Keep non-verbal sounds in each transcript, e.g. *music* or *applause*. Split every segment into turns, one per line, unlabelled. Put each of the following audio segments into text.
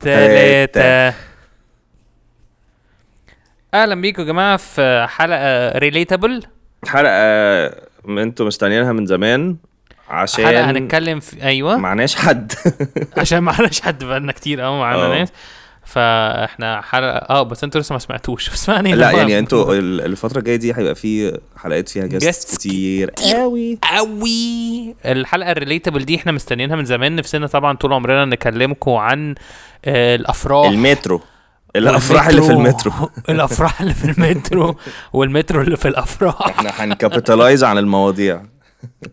تلاتة
تلاتة.
أهلا بيكم يا جماعة في حلقة ريليتابل
حلقه م- انتوا مستنيينها من زمان عشان
حلقة هنتكلم في أيوه *laughs*
معناش حد
عشان معناش حد بقالنا كتير أوي معانا
آه.
ناس فاحنا حلقة اه بس انتوا لسه ما سمعتوش *laughs* فاسمعني
لا
لما-
يعني انتوا ال- الفتره الجايه دي هيبقى في حلقات فيها
Guests
جاست كتير
كتير.
قوي
قوي الحلقه الريليتابل دي احنا مستنيينها من زمان نفسنا طبعا طول عمرنا نكلمكم عن آه، الافراح
المترو الافراح اللي في
والمترو.
المترو
*laughs* الافراح اللي في
*laughs*
المترو والمترو اللي في الافراح
احنا هنكابيتالايز عن المواضيع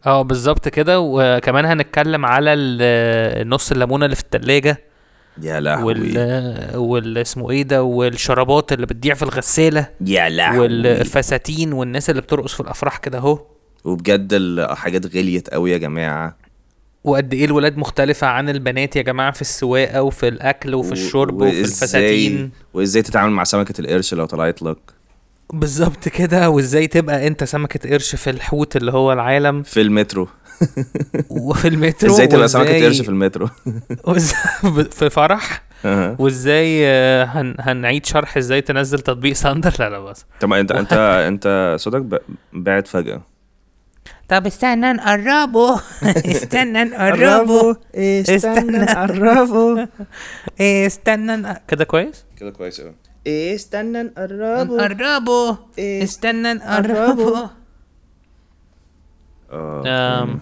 اه بالظبط كده وكمان هنتكلم على ال- نص الليمونه اللي في الثلاجه
يا لهوي
وال وال اسمه ايه ده والشرابات اللي بتضيع في الغساله
يا لهوي
والفساتين والناس اللي بترقص في الافراح كده اهو
وبجد الحاجات غليت قوي يا جماعه
وقد ايه الولاد مختلفة عن البنات يا جماعة في السواقة وفي الأكل وفي
و-
الشرب وفي
وإزاي-
الفساتين
وازاي تتعامل مع سمكه القرش لو طلعت لك
بالظبط كده وازاي تبقى انت سمكة قرش في الحوت اللي هو
*laughs*
العالم
في المترو
وفي المترو
ازاي تبقى سمكه قرش في المترو
*laughs*
*laughs*
وإزاي- في فرح
أها.
وازاي آه، هن... هنعيد شرح ازاي تنزل تطبيق ساندر لا لا بس
طب انت انت انت صوتك ب- بعد فجاه
طب استنى *laughs* نقربه استنى استنى
نقربه
إيه، استنى نق- كده كويس
كده كويس قوي استنى نقربه
نقربه
إيه،
استنى
قربه.
نقربه
آه.
أم،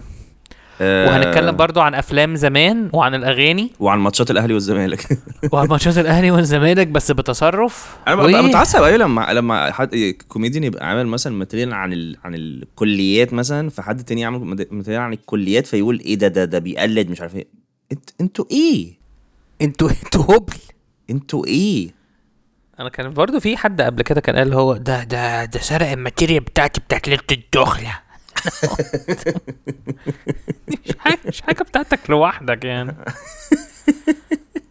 آه. وهنتكلم برضو عن افلام زمان وعن الاغاني
وعن ماتشات الاهلي والزمالك
*laughs* وعن ماتشات الاهلي والزمالك بس بتصرف
انا
و-
ببقى متعصب قوي لما لما حد إيه، كوميديان يبقى عامل مثلا ماتريال عن ال... عن الكليات مثلا فحد تاني يعمل ماتريال عن الكليات فيقول ايه ده ده ده بيقلد مش عارف ايه انت انتوا ايه؟
انتوا انتوا هبل
انتوا ايه؟
انا كان برضو في حد قبل كده كان قال هو ده ده ده سرق الماتيريا بتاعتي بتاعت ليله الدخله *laughs* مش حاجه مش حاجه بتاعتك لوحدك يعني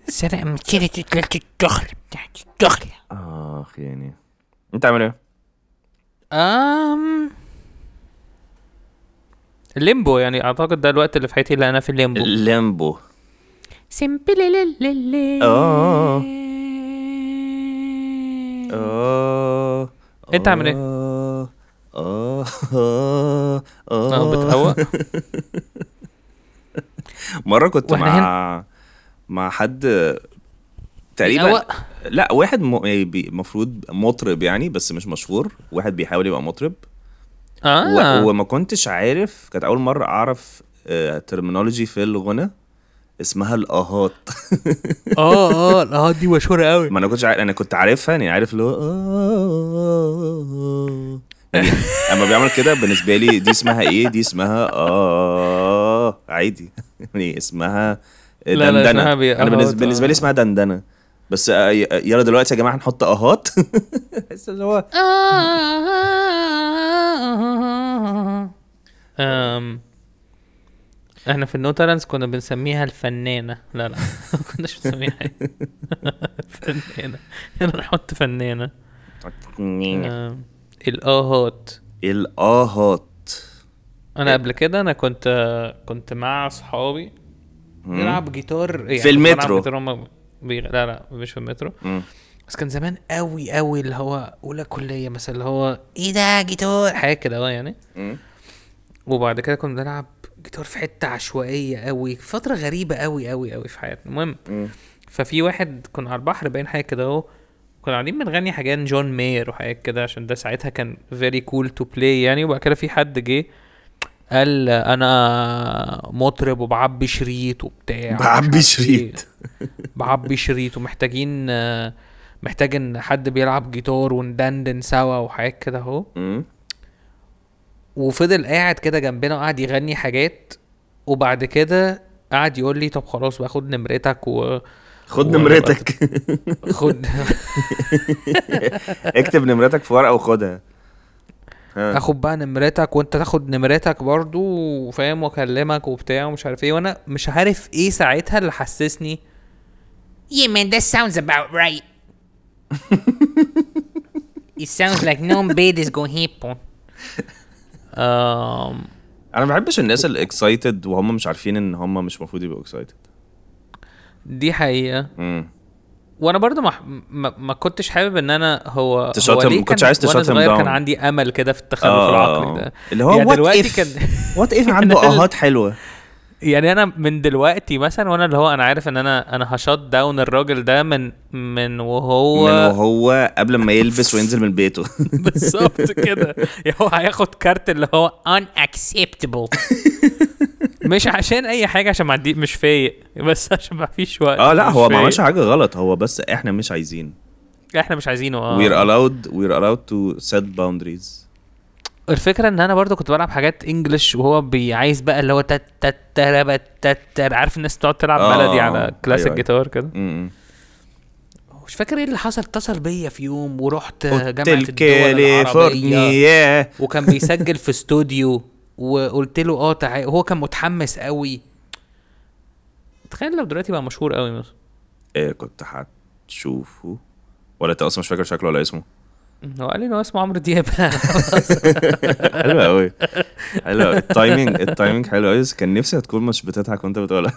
سرق الماتيريا بتاعت ليله الدخله بتاعت الدخله
اخ يعني انت عامل ايه؟
أم ليمبو يعني اعتقد ده الوقت اللي في حياتي اللي انا في الليمبو
الليمبو
سمبلللللي
آه. اه
انت عامل ايه؟
اه اه اه
اه بتروق
مره كنت
واحنا
مع مع حد تقريبا
بيروق.
لا واحد المفروض مطرب يعني بس مش مشهور واحد بيحاول يبقى مطرب و...
اه
وما كنتش عارف كانت اول مره اعرف ترمينولوجي آه، في الغنى اسمها الاهات
اه اه اه دي مشهوره قوي
ما انا كنتش عارف انا كنت عارفها يعني عارف اللي هو آه، يعني اما بيعمل كده بالنسبه لي دي اسمها ايه دي اسمها اه عادي يعني اسمها
لا،
دندنه
اسمها بي-
انا
آهات،
بالنسبه,
آه.
بالنسبة لي اسمها دندنه بس آه، ي- يلا دلوقتي يا جماعه هنحط اهات *laughs* بس اللي *laughs* هو
أم. احنا في النو تالنس كنا بنسميها الفنانة لا لا ما كناش بنسميها حاجة. فنانة يلا نحط فنانة
إيه.
أم. الآهات
الاهات إيه.
انا قبل كده انا كنت كنت مع اصحابي نلعب جيتار يعني
في
كنت بلعب
المترو.
جيتار هما بيغ... لا لا مش في المترو
مم.
بس كان زمان قوي قوي اللي هو اولى كليه مثلا اللي هو ايه ده جيتار حاجه كده اه يعني
مم.
وبعد كده كنا بنلعب جيتار في حته عشوائيه قوي فتره غريبه قوي قوي قوي في حياتنا المهم ففي واحد كنا على البحر باين حاجه كده اهو كنا قاعدين بنغني حاجات جون مير وحاجات كده عشان ده ساعتها كان فيري كول تو بلاي يعني وبعد كده في حد جه قال انا مطرب وبعبي شريط وبتاع ومش
بعبي
عارف
شريط.
إيه. *laughs* بعبي شريط ومحتاجين آه، محتاج ان حد بيلعب جيتار وندندن سوا وحاجات كده اهو
مم.
وفضل قاعد كده جنبنا وقعد يغني حاجات وبعد كده قعد يقول لي طب خلاص باخد نمرتك و *laughs*
خد
وأنا
نمرتك
خد
*laughs* اكتب نمرتك في ورقه وخدها ها.
اخد بقى نمرتك وانت تاخد نمرتك برضو وفاهم واكلمك وبتاع ومش عارف ايه وانا مش عارف ايه ساعتها اللي حسسني
Yeah, man, that sounds about right. it sounds like no bed is going to happen.
آم
انا ما بحبش الناس الاكسايتد وهم مش عارفين ان هم مش المفروض يبقوا اكسايتد
دي حقيقة وانا برضو ما, ما, ما كنتش حابب ان انا هو
تشوت
هو
him-
ليه
ما كنتش
كان
عايز تشوت
وأنا
him
صغير
down.
كان عندي امل كده في التخلف
اه
العقلي ده
اللي هو
يعني
وات
دلوقتي *laughs*
اف
كان
وات اف عنده
أنا-
اهات حلوه
يعني انا من دلوقتي مثلا وانا اللي هو انا عارف ان انا انا هشط داون الراجل ده من من
من
وهو
وهو قبل ما يلبس وينزل من بيته
*laughs* بالظبط كده يعني هو هياخد كارت اللي هو
unacceptable
مش عشان اي حاجه عشان ما عندي مش فايق بس عشان ما فيش وقت
اه لا
مش
هو ما
فايق.
عملش حاجه غلط هو بس احنا مش عايزين
احنا مش عايزينه
we're
اه
allowed we're allowed to set boundaries
الفكره ان انا برضو كنت بلعب حاجات انجلش وهو بي- عايز بقى اللي هو تت تت تربت تت تر- عارف الناس بتقعد تلعب
آه،
بلدي
أيوة،
على كلاسيك
أيوة.
جيتار كده
م- م.
آه، مش فاكر ايه اللي حصل اتصل بيا في يوم ورحت
قلت
جامعه الدول العربيه
الكاليفورنيا
وكان بيسجل في استوديو وقلت له اه تعالى هو كان متحمس قوي تخيل لو دلوقتي بقى مشهور قوي مثلا
إيه كنت هتشوفه ولا انت اصلا مش فاكر شكله ولا اسمه
هو قال لي ان هو اسمه عمرو دياب *laughs*
*laughs* حلو قوي حلو قوي التايمنج التايمنج حلو قوي بس كان نفسي هتكون مش بتضحك وانت بتقولها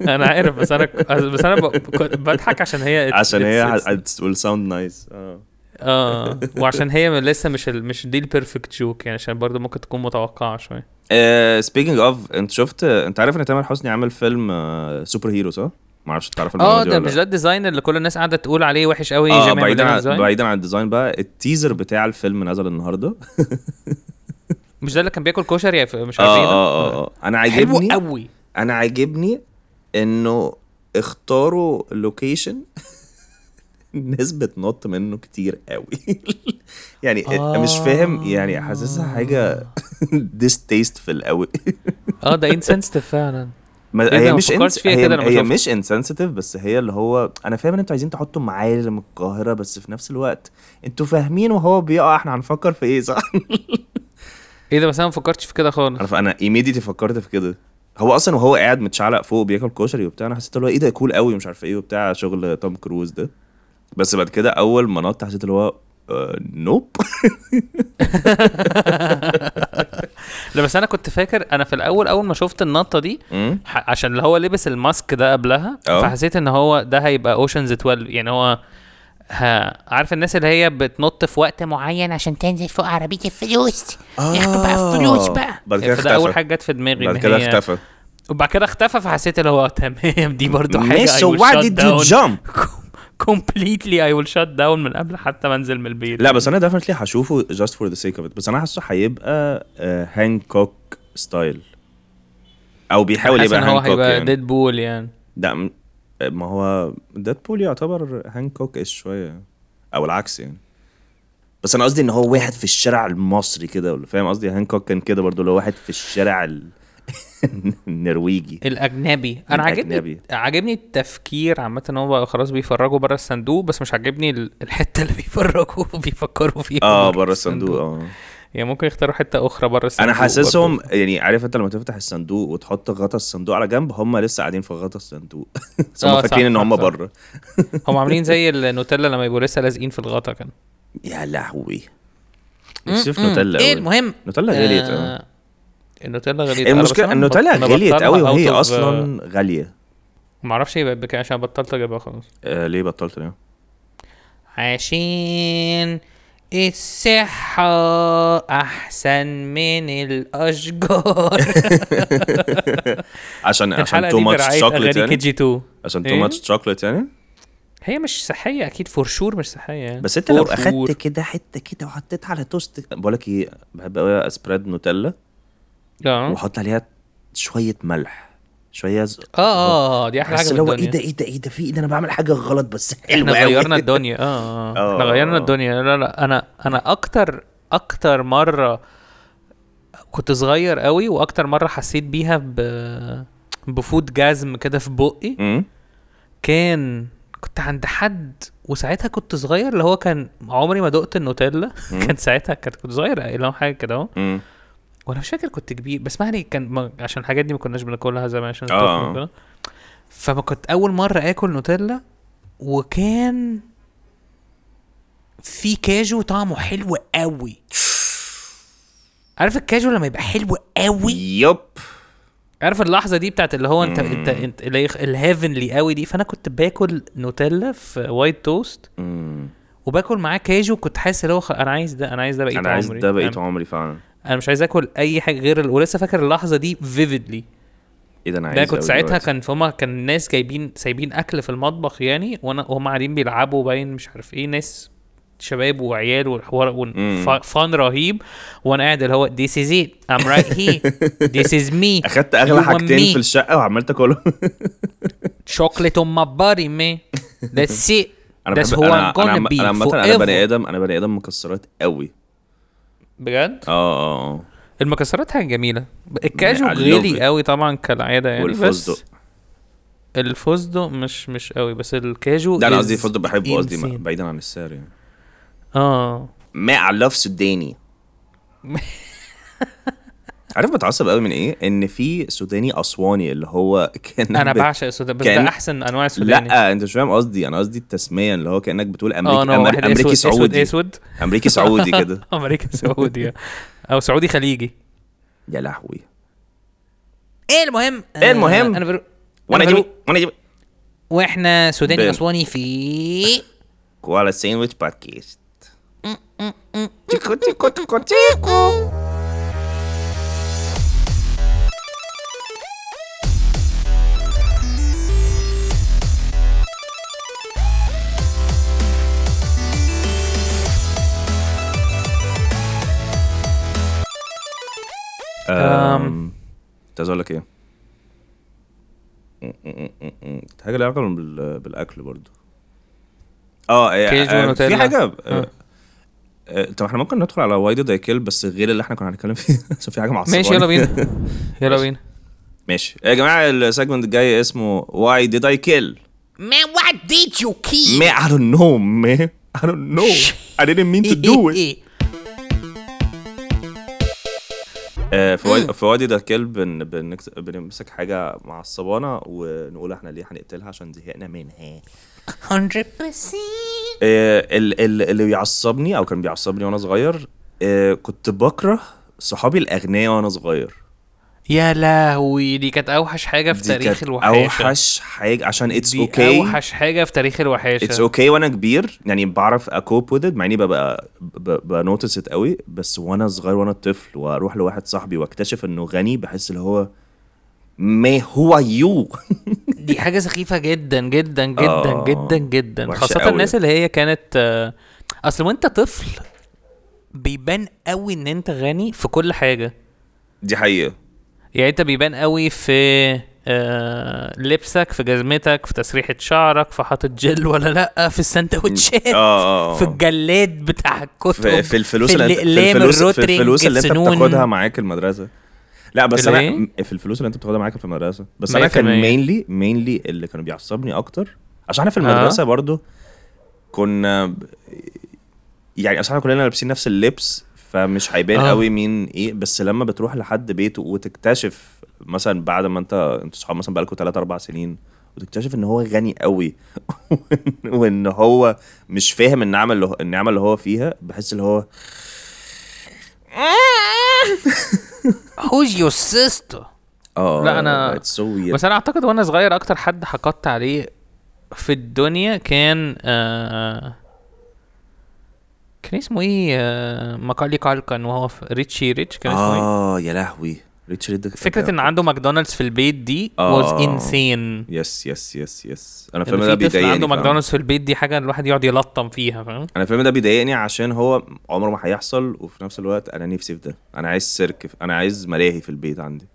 انا عارف بس انا بس انا ب- كنت بضحك عشان هي
*laughs* عشان
it's-
هي
it's-
هتقول ساوند نايس اه
اه وعشان هي لسه مش ال- مش دي البيرفكت جوك يعني عشان برضه ممكن تكون متوقعه شويه
سبيكينج اوف آه، انت شفت انت عارف ان تامر حسني عمل فيلم آه، سوبر هيرو صح؟ ما اعرفش تعرف المعلومه
اه
دي
ده
ولا
مش
لأ.
ده الديزاين اللي كل الناس قاعده تقول عليه وحش قوي
اه
جامع
بعيدا
ميدان
عن
الديزاين.
بعيدا عن الديزاين بقى التيزر بتاع الفيلم نزل النهارده
آه، مش ده اللي كان بياكل كشري في- مش
اه
عارف ايه ده؟
اه اه اه انا
حلو
عاجبني
قوي
انا عاجبني انه اختاروا لوكيشن الناس بتنط منه كتير قوي *laughs* يعني آه. مش فاهم يعني حاسسها *laughs* حاجه ديستيستفل قوي
اه ده انسنسيتيف فعلا
ما
إيه ده؟
هي
ما
مش
فكرتش
انس...
فيها كده
هي,
لما
هي
شفت.
مش انسنسيتيف بس هي اللي هو انا فاهم ان انتوا عايزين تحطوا معالم القاهره بس في نفس الوقت انتوا فاهمين وهو بيقع احنا هنفكر في ايه صح؟
ايه ده بس انا ما فكرتش في كده خالص
انا انا ايميديتلي فكرت في كده هو اصلا وهو قاعد متشعلق فوق بياكل كشري وبتاع انا حسيت اللي هو ايه ده كول قوي ومش عارف ايه وبتاع شغل توم كروز ده بس بعد كده اول ما نط حسيت اللي هو آه، نوب
*laughs* لا بس انا كنت فاكر انا في الاول اول ما شفت النطه دي
مم.
ح- عشان اللي هو لبس الماسك ده قبلها
اه.
فحسيت ان هو ده هيبقى اوشنز 12 يعني هو ها عارف الناس اللي هي بتنط في وقت معين عشان تنزل فوق عربيه الفلوس ياخدوا بقى فلوس بقى
آه.
يعني
بعد كده
فده اول
اختفى.
حاجه جت في دماغي
بعد
إن
كده
يعني هي-
اختفى
وبعد كده اختفى فحسيت اللي هو تمام دي برضو حاجه
ماشي so why did you
*laughs*
jump؟
كومبليتلي اي ويل شات داون من قبل حتى ما انزل من البيت
لا بس انا ديفنتلي هشوفه جاست فور ذا سيك اوف بس انا حاسه هيبقى آه، هانكوك ستايل او بيحاول
حاسس
يبقى
إن هو
هانكوك
هيبقى
يعني
ديد بول يعني
ده م- ما هو ديدبول يعتبر هانكوك ايش شويه او العكس يعني بس انا قصدي ان هو واحد في الشارع المصري كده ولا فاهم قصدي هانكوك كان كده برضه اللي هو واحد في الشارع ال... *laughs* النرويجي
الاجنبي انا عاجبني
الأجنبي.
عاجبني التفكير عامه ان هم بقى خلاص بيفرجوا بره الصندوق بس مش عاجبني ال- الحته اللي *laughs* بيفرجوا وبيفكروا فيها
اه بره الصندوق اه
يعني ممكن يختاروا حته اخرى بره الصندوق
انا حاسسهم
برضه.
يعني عارف انت لما تفتح الصندوق وتحط غطا الصندوق على جنب هم لسه قاعدين في غطا الصندوق *laughs* بس
آه،
هم
صح،
فاكرين ان
صح،
هم
صح.
بره
هم عاملين زي النوتيلا لما يبقوا لسه لازقين في الغطا كان
يا لهوي *laughs* نفسي في نوتيلا
ايه
أوي.
المهم آه،
نوتيلا غالية اه
النوتيلا غليت
المشكله النوتيلا غليت قوي وهي اصلا
آه،
غاليه
ما اعرفش هي بقت بكام عشان بطلت اجيبها خلاص
آه ليه بطلت ليه؟
عشان الصحة أحسن من الأشجار
عشان *laughs* عشان
الحلقة
تو
دي
ماتش
برعاية
شوكليت
أغاني كي
يعني
جي 2
عشان تو
إيه؟
ماتش شوكليت يعني
هي مش صحية أكيد فور شور مش صحية يعني
بس انت لو
For sure.
*laughs* اخدت كده حته كده وحطيتها على توست بقول لك ايه بحب قوي اسبريد نوتيلا
أه؟ اه
واحط عليها شويه ملح شويه ز...
آه، اه آه، دي أحلى حاجة
بس
في
اللي هو ايه ده
الدنيا
ايه ده ايه ده في ايه ده انا بعمل حاجه غلط بس
احنا
حلوة أوي. *laughs*
غيرنا الدنيا اه آه. احنا
آه.
غيرنا الدنيا لا لا انا انا اكتر اكتر مره كنت صغير قوي واكتر مره حسيت بيها ب بفوت جزم كده في بقي
أمم.
كان كنت عند حد وساعتها كنت صغير اللي هو كان عمري ما دقت النوتيلا *laughs* كان ساعتها كنت كنت صغير اللي هو حاجه كده اهو
أمم.
وانا مش فاكر كنت كبير بس ما يعني كان ما عشان الحاجات دي ما كناش بناكلها زمان عشان
آه.
التخن وكده. فما كنت اول مره اكل نوتيلا وكان في كاجو طعمه حلو قوي عارف الكاجو لما يبقى حلو قوي
يب
عارف اللحظه دي بتاعت اللي هو انت انت, انت اللي هي- الهيفنلي قوي دي فانا كنت باكل نوتيلا في وايت توست
مم.
وباكل معاه كاجو كنت حاسس اللي هو خ- انا عايز ده انا عايز ده بقيت
انا عايز
عمري نعم.
ده بقيت
أنا-
عمري فعلا
انا مش عايز اكل اي حاجه غير ال- ولسه فاكر اللحظه دي فيفيدلي
ايه ده انا عايز
ده كنت
أوي
ساعتها
دلوقتي.
كان فهم كان ناس جايبين سايبين اكل في المطبخ يعني وانا وهم قاعدين بيلعبوا باين مش عارف ايه ناس شباب وعيال والحوار
مم.
فان رهيب وانا قاعد اللي هو this is it I'm right here
*laughs*
this is me
اخدت اغلى
You and
حاجتين في
me.
الشقه وعمال تاكلهم
chocolate on my body
*laughs*
man that's it
انا
that's
بحب
who
انا
I'm
انا
gonna
عم-
be
انا عامة انا بني
forever
ادم انا بني ادم مكسرات قوي
بجد
اه اه اه
المكسرات حاجه جميله الكاجو
I love it.
غالي قوي طبعا كالعاده يعني بس
يعني والفستق
الفستق مش مش قوي بس الكاجو
ده انا
is
قصدي فضل بحبه قصدي ما-
insane.
بعيدا عن السعر يعني
اه
ماء على
*laughs*
لف سوداني عارف بتعصب قوي من ايه؟ ان في سوداني اسواني اللي هو كان
انا بعشق السودان بس
كأن-
ده احسن انواع السوداني
لا انت مش فاهم قصدي انا قصدي التسميه اللي هو كانك بتقول
اه
امريكي
انا واحد
أمر... امريكي
اسود اسود
سعودي
اسود
امريكي سعودي
*laughs*
كده
امريكي سعودي او سعودي خليجي
يا لهوي
ايه المهم
إيه المهم؟
انا برو...
وانا
أنا
اجيب
بقول-
وانا اجيب
واحنا سوداني
بين.
اسواني في
كوالا ساندويتش بودكاست تيكو تيكو تيكو تيكو أم، كنت عايز اقول لك ايه م- م- م- م- حاجه ليها علاقه بال- بالاكل برضو اه إيه،
كيجو
آه، في
ونوتيلا.
حاجه
آه.
آه، آه، طب احنا ممكن ندخل على واي ديد اي كيل بس غير اللي احنا كنا هنتكلم فيه *laughs* عشان في حاجه معصباني
ماشي يلا
*laughs*
بينا يلا بينا
ماشي يا جماعه السيجمنت الجاي اسمه واي ديد اي كيل
Man, why did you keep
ما I don't know man I don't know I didn't mean to
إيه،
do it
*laughs*
*laughs* آه، في وادي في وادي ده كلب بن بنكت- بنمسك حاجه معصبانه ونقول احنا ليه هنقتلها عشان زهقنا منها
100%?
آه، ال- ال- اللي بيعصبني او كان بيعصبني وانا صغير آه، كنت بكره صحابي الاغنياء وانا صغير
يا لهوي دي كانت اوحش حاجه في
دي
تاريخ
كانت
الوحاشه
اوحش حاجه عشان اتس
دي
اوكي
اوحش حاجه في تاريخ الوحاشه
اتس اوكي وانا كبير يعني بعرف اكوب وذ مع اني ببقى بنوتس ات قوي بس وانا صغير وانا طفل واروح لواحد صاحبي واكتشف انه غني بحس اللي هو ما هو يو
دي حاجه سخيفه جدا جدا جدا
آه.
جدا جدا
وحشة
خاصه
قوي.
الناس اللي هي كانت آه، اصل وانت طفل بيبان قوي ان انت غني في كل حاجه
*laughs* دي حقيقه
يعني انت بيبان قوي في آه لبسك في جزمتك في تسريحه شعرك في حاطط جل ولا لا في السندوتشات
آه.
في الجلاد بتاع الكتب
في, في الفلوس
في
اللي انت في
الاقلام
الفلوس, في
الروترينج
الفلوس اللي انت
السنون.
بتاخدها معاك المدرسه لا بس انا
الايه؟
في الفلوس اللي انت بتاخدها معاك في المدرسه بس انا كان
100%.
مينلي مينلي اللي كانوا بيعصبني اكتر عشان احنا في المدرسه
آه.
برضو كنا ب- يعني اصل احنا كلنا لابسين نفس اللبس فمش هيبان
آه.
قوي مين ايه بس لما بتروح لحد بيته وتكتشف مثلا بعد ما انت انتوا صحاب مثلا بقالكوا 3 4 سنين وتكتشف ان هو غني قوي *laughs* وان هو مش فاهم النعمه اللي هو النعمه اللي هو فيها بحس اللي هو
Who's your sister?
اه
لا، أنا-
it's so weird.
بس انا اعتقد وانا صغير اكتر حد حقدت عليه في الدنيا كان آه كان اسمه ايه آه ماكالي كالكن وهو في ريتشي ريتش كان اسمه ايه
اه يا لهوي ريتش ريد
فكرة ان عنده ماكدونالدز في البيت دي was
آه.
insane
يس يس يس يس انا الفيلم ده
ان في طفل
بيضايقني
عنده
فعلاً.
ماكدونالدز في البيت دي حاجة الواحد يقعد يلطم فيها فاهم *laughs*
انا الفيلم ده بيضايقني عشان هو عمره ما هيحصل وفي نفس الوقت انا نفسي في ده انا عايز سيرك في- انا عايز ملاهي في البيت عندي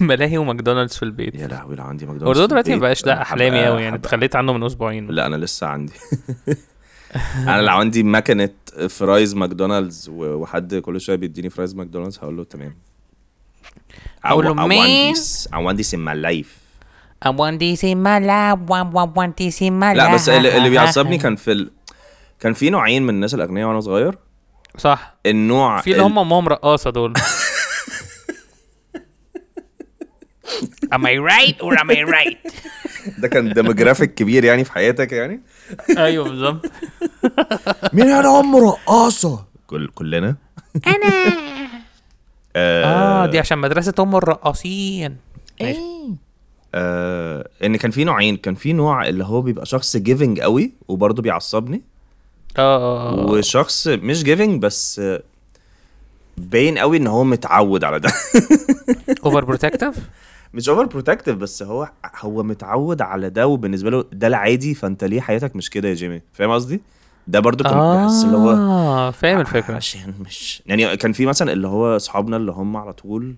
ملاهي وماكدونالدز في البيت
يا لهوي لو عندي ماكدونالدز
برضه
في
دلوقتي
البيت،
مبقاش
أنا
ده احلامي
هبقى-
قوي يعني
هبقى-
اتخليت عنه من اسبوعين
لا انا لسه *laughs* عندي انا لو عندي مكنه فرايز ماكدونالدز و- وحد كل شويه بيديني فرايز ماكدونالدز هقول له تمام
أقول له، "Man."
عواندي سم لايف
I want this in my life. I want, want this in my life.
لا بس
*laughs*
اللي اللي بيعصبني كان في ال... كان في نوعين من الناس الاغنياء وانا صغير
صح
النوع
في اللي هم آه، امهم رقاصة *laughs* دول
Am I right or am I right?
ده كان ديموجرافيك كبير يعني في حياتك يعني
ايوه بالظبط
*laughs* مين انا ام رقاصه كل كلنا
أنا
اه دي عشان مدرسه هم الرقاصين
آه ان كان في نوعين كان في نوع اللي هو بيبقى شخص جيفنج قوي وبرضه بيعصبني
اه اه آه.
وشخص مش جيفنج بس آه، باين قوي ان هو متعود على ده
اوفر بروتكتيف
مش اوفر بروتكتيف بس هو هو متعود على ده وبالنسبه له ده العادي فانت ليه حياتك مش كده يا جيمي فاهم قصدي ده برضو
آه.
كان بحس اللي هو
اه فاهم الفكره
عشان مش يعني كان في مثلا اللي هو اصحابنا اللي هم على طول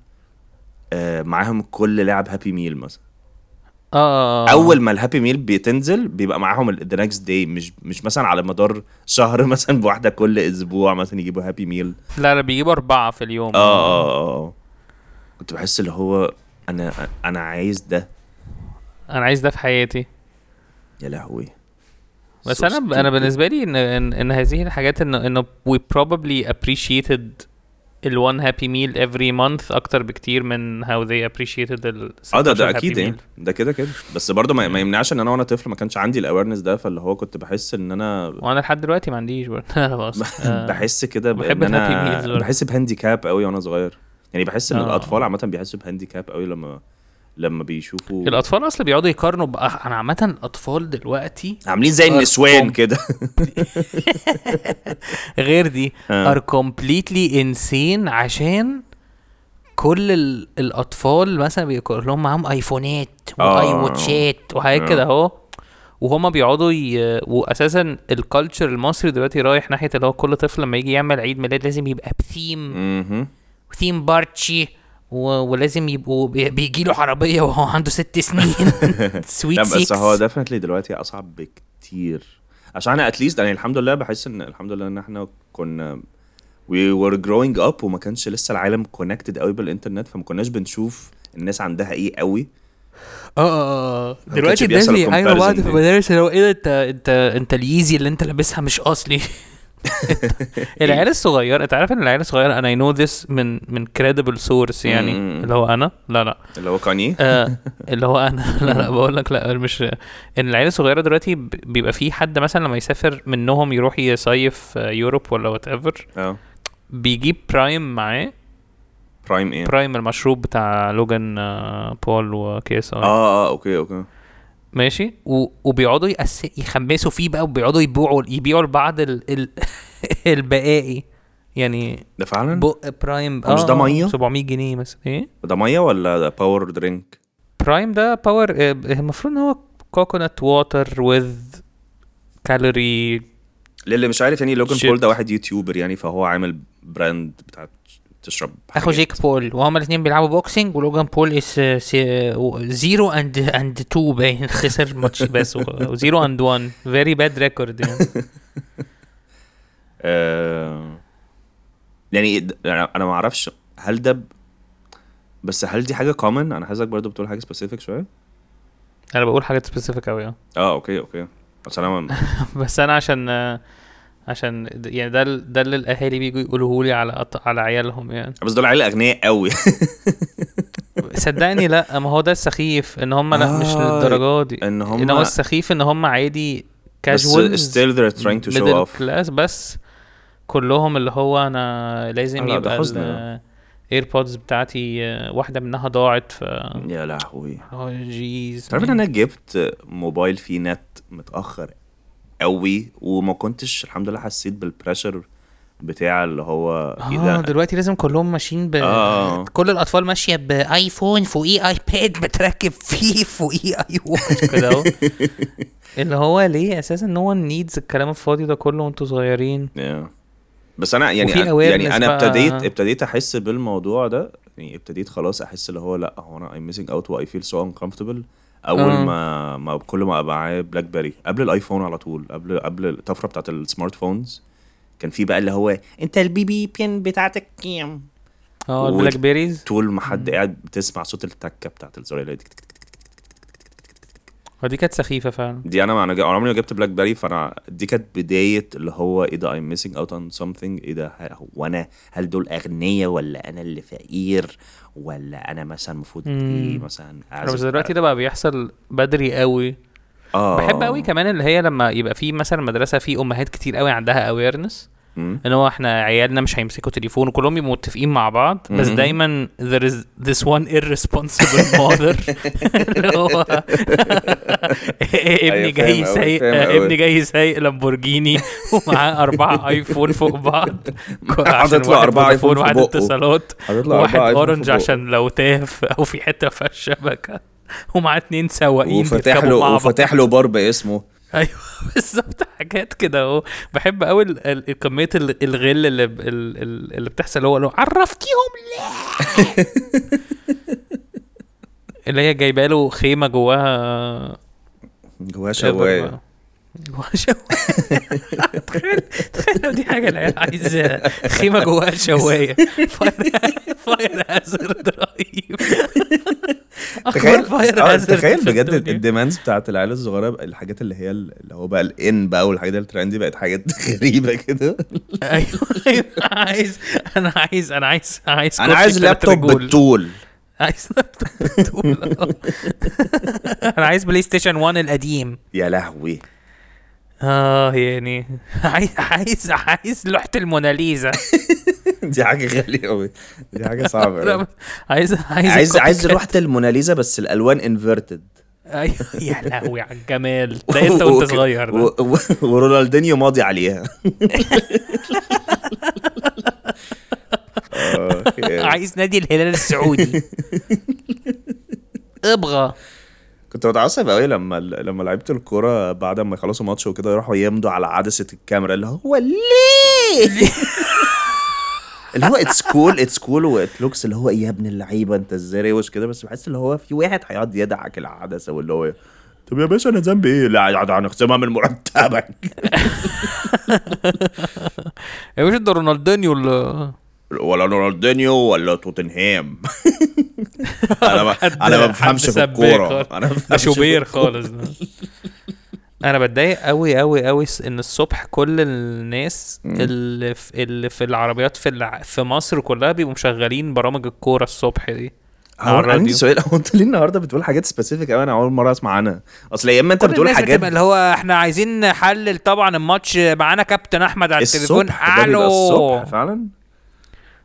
آه، معاهم كل لاعب هابي ميل مثلا
اه
آه. اول ما الهابي ميل بتنزل بيبقى معاهم ذا نكست داي مش مش مثلا على مدار شهر *laughs* مثلا بواحده كل اسبوع مثلا يجيبوا هابي ميل
لا لا بيجيبوا اربعه في اليوم
اه اه اه آه. كنت بحس اللي هو انا انا عايز ده
انا عايز ده في حياتي
يا لهوي
بس
So
انا انا
stupid.
بالنسبه لي ان ان, إن هذه الحاجات ان ان we probably appreciated ال one happy meal every month اكتر بكتير من how they appreciated ال
آه،
اه
16
ده ده
happy
اكيد
إيه.
meal.
يعني ده كده كده بس برضه ما, ما يمنعش ان انا وانا طفل ما كانش عندي الاويرنس ده فاللي هو كنت بحس ان انا
وانا لحد دلوقتي ما عنديش برضه *laughs*
*laughs*
خلاص *laughs* آه.
بحس كده بان
بحب الهابي
انا
ميلز برضه.
بحس بهانديكاب قوي وانا صغير يعني بحس ان
آه.
الاطفال عامه بيحسوا بهانديكاب قوي لما لما بيشوفوا
الاطفال اصلا بيقعدوا يقارنوا بأخ... انا عامه الاطفال دلوقتي
عاملين زي
أرقام.
النسوان كده *laughs*
غير دي
آه.
ار كومبليتلي انسين عشان كل ال- الاطفال مثلا بيكون لهم معاهم ايفونات
آه.
واي واتشات
آه.
وحاجات كده اهو وهما بيقعدوا ي... واساسا الكالتشر المصري دلوقتي رايح ناحيه اللي هو كل طفل لما يجي يعمل عيد ميلاد لازم يبقى بثيم
مهم.
ثيم بارتشي و... ولازم يبقوا بيجي له عربيه وهو عنده ست *laughs* سنين
لا
سويت
بس
سيكس
هو ديفنتلي دلوقتي اصعب بكتير عشان انا اتليست يعني الحمد لله بحس ان الحمد لله ان احنا كنا we were growing up وما كانش لسه العالم connected قوي بالانترنت فما كناش بنشوف الناس عندها ايه قوي
اه
كانش
دلوقتي الناس
بيحصل
بيعايروا
comparison
بعض في
دي.
المدارس اللي هو ايه ده انت انت انت اليزي اللي انت لابسها مش
*laughs*
اصلي العيال الصغيره انت عارف ان العيال الصغيره انا نو ذس من من كريدبل سورس يعني
مم.
اللي هو انا لا لا
اللي هو كان ايه *laughs*
آه اللي هو انا لا لا بقول لك لا مش ان العيال الصغيره دلوقتي ب- بيبقى في حد مثلا لما يسافر منهم يروح يصيف آه، يوروب ولا وات ايفر
اه
بيجيب برايم معاه
برايم ايه
برايم المشروب بتاع لوجان آه، بول وكيس
اه اه اوكي اوكي
ماشي و... وبيقعدوا يأس... يخمسوا فيه بقى وبيقعدوا يبيعوا يبيعوا لبعض ال... ال... *laughs* البقائي يعني
ده فعلا
بق برايم
هو مش ده مية؟
700 جنيه مثلا ايه
ده ميه ولا ده باور درينك
برايم ده باور آه، المفروض ان هو كوكونات ووتر وذ كالوري
للي مش عارف يعني لوجان
Shit.
بول ده واحد يوتيوبر يعني فهو عامل براند بتاع تشرب
اخو
حاجات.
جيك بول وهما الاثنين بيلعبوا بوكسنج ولوجان بول uh, اس زيرو اند اند تو باين *laughs* خسر ماتش بس زيرو اند 1 فيري باد ريكورد يعني
آه، يعني د- يعني انا ما اعرفش هل ده ب... بس هل دي حاجه كومن انا حاسسك برضو بتقول حاجه سبيسيفيك شويه
انا بقول حاجات سبيسيفيك قوي اه
اه اوكي اوكي عشان انا ما-
بس انا عشان آه، عشان د- يعني ده ال- ده اللي الاهالي بيجوا يقولوه لي على أط- على عيالهم يعني
بس دول عيال اغنياء قوي
صدقني لا ما هو ده السخيف ان هم لا مش
*laughs* آه،
للدرجه دي إيه
ان هم
ان هو السخيف ان هم عادي كاجوال
بس still they're trying to show off
كلاس بس كلهم اللي هو انا
آه،
لازم
لا، ده
يبقى
حزن يعني.
الايربودز بتاعتي آه، واحده منها ضاعت ف
يا لهوي
آه، جيز
تعرف ان انا جبت موبايل فيه نت متاخر قوي وما كنتش الحمد لله حسيت بالبريشر بتاع اللي هو إيه ده؟
اه دلوقتي لازم كلهم ماشيين ب
آه.
كل الاطفال ماشيه بايفون فوقيه ايباد بتركب فيه فوقيه اي واتش كده
*laughs*
اهو اللي هو ليه اساسا نو ون نيدز الكلام الفاضي ده كله وانتوا صغيرين
Yeah. بس انا يعني
وفي
أنا يعني
awareness
انا
بقى.
ابتديت ابتديت احس بالموضوع ده يعني ابتديت خلاص احس اللي هو لا هو انا I'm missing out و I feel so uncomfortable اول
آه.
ما ما كل ما ابقى معايا بلاك بيري قبل الايفون على طول قبل قبل الطفره بتاعت السمارت فونز كان في بقى اللي هو انت البي بي بين بتاعتك كام
اه
وال-
البلاك بيريز
طول ما حد قاعد بتسمع صوت التكه بتاعت الزرار اللي هي تك- تك- تك-
ودي كانت سخيفه فعلا
دي انا ما انا جا- عمري ما جبت بلاك بيري فانا دي كانت بدايه اللي هو ايه ده I'm missing out on something ايه ده ه- هو انا هل دول اغنياء ولا انا اللي فقير ولا انا مثلا المفروض ايه
مم.
مثلا
أنا بس
أعزف-
دلوقتي ده بقى بيحصل بدري قوي
اه
بحب قوي كمان اللي هي لما يبقى في مثلا مدرسه في امهات كتير قوي عندها اويرنس
مم.
*laughs*
مم. *laughs*
ان هو احنا عيالنا مش هيمسكوا تليفون وكلهم يبقوا متفقين مع بعض بس
مم.
دايما there is this one irresponsible mother *laughs* اللي هو *laughs* ابني
أيوة،
جاي
فاهم أوي،
سايق
فاهم أوي.
ابني جاي سايق لامبورجيني ومعاه اربعه ايفون فوق
*laughs*
بعض عشان
حاطط له
واحد
أربعة
فودافون
آيفون في
وواحد
بقه.
اتصالات
حاطط له
واحد
أربعة آيفون في
اورنج
بقه.
عشان لو تاه في- او في حته في الشبكه ومعاه اتنين سواقين
وفاتح
بيركبوا
له
مع بعض
وفاتح له بار باسمه
*laughs* ايوه بالظبط حاجات كده اهو بحب قوي ال- ال- كميه ال- الغل اللي ب- ال- ال- اللي بتحصل هو لو عرفتيهم ليه اللي هي جايبه له خيمه جواها آه،
جواه شوايه
جواها شوايه *laughs* تخيل تخيل لو دي حاجه العيال عايزاها خيمه جواها شوايه *laughs* فاير هازارد رهيب
تخيل
أكبر fire
آه،
hazard
تخيل
في
بجد
الدنيا.
الديماندز بتاعت العيال الصغيره بقى الحاجات اللي هي اللي هو بقى الان بقى والحاجات اللي الترند دي بقت حاجات *laughs* غريبه كده
ايوه أيوة، عايز انا عايز انا عايز عايز
انا
كرسي
عايز
تلات
لابتوب
رجول.
بالطول
عايز لابتوب بتقول *laughs* آه. انا عايز بلاي ستيشن 1 القديم
يا لهوي *laughs*
اه يعني عايز عايز عايز لوحه الموناليزا
دي حاجه غاليه قوي دي حاجه صعبه أوي.
*laughs* عايز عايز
عايز
الكوبي
عايز
كات. *laughs*
لوحه الموناليزا بس الالوان انفيرتد
ايوه يا لهوي على
*laughs*
الجمال ده انت وانت صغير ده.
ورونالدينيو ماضي عليها *laughs*
*laughs*
آه، يا.
عايز نادي الهلال
*laughs*
السعودي ابغى
كنت متعصب قوي لما لما لعيبه الكوره بعد ما يخلصوا ماتش وكده يروحوا يمضوا على عدسه الكاميرا اللي هو ليه؟ اللي هو اتس كول اتس كول وات لوكس اللي هو إيه يا ابن اللعيبه انت ازاي روش كده بس بحس اللي هو في واحد هيقعد يدعك العدسه واللي هو إيه، طب يا باشا انا ذنبي ايه؟ لا ده هنخصمها من مرتبك
يا باشا ده رونالدينيو اللي
ولا رونالدينيو ولا توتنهام *laughs* انا ما انا
*laughs*
ما
حد-
بفهمش
حد
في
سباك
الكوره
خالص. ده
انا ما بفهمش في
شوبير
الكورة.
خالص ده انا بتضايق قوي قوي قوي ان الصبح كل الناس اللي في, اللي في العربيات في الع... في مصر كلها بيبقوا مشغلين برامج الكوره الصبح دي على
هو أنا عندي
الراديو.
سؤال *laughs* هو انت ليه النهارده بتقول حاجات سبيسيفيك قوي انا اول مره اسمع عنها اصل يا اما انت
كل
بتقول
الناس
حاجات
بتبقى اللي هو احنا عايزين نحلل طبعا الماتش معانا كابتن احمد على التليفون
الصبح ده بيبقى
الو
الصبح فعلا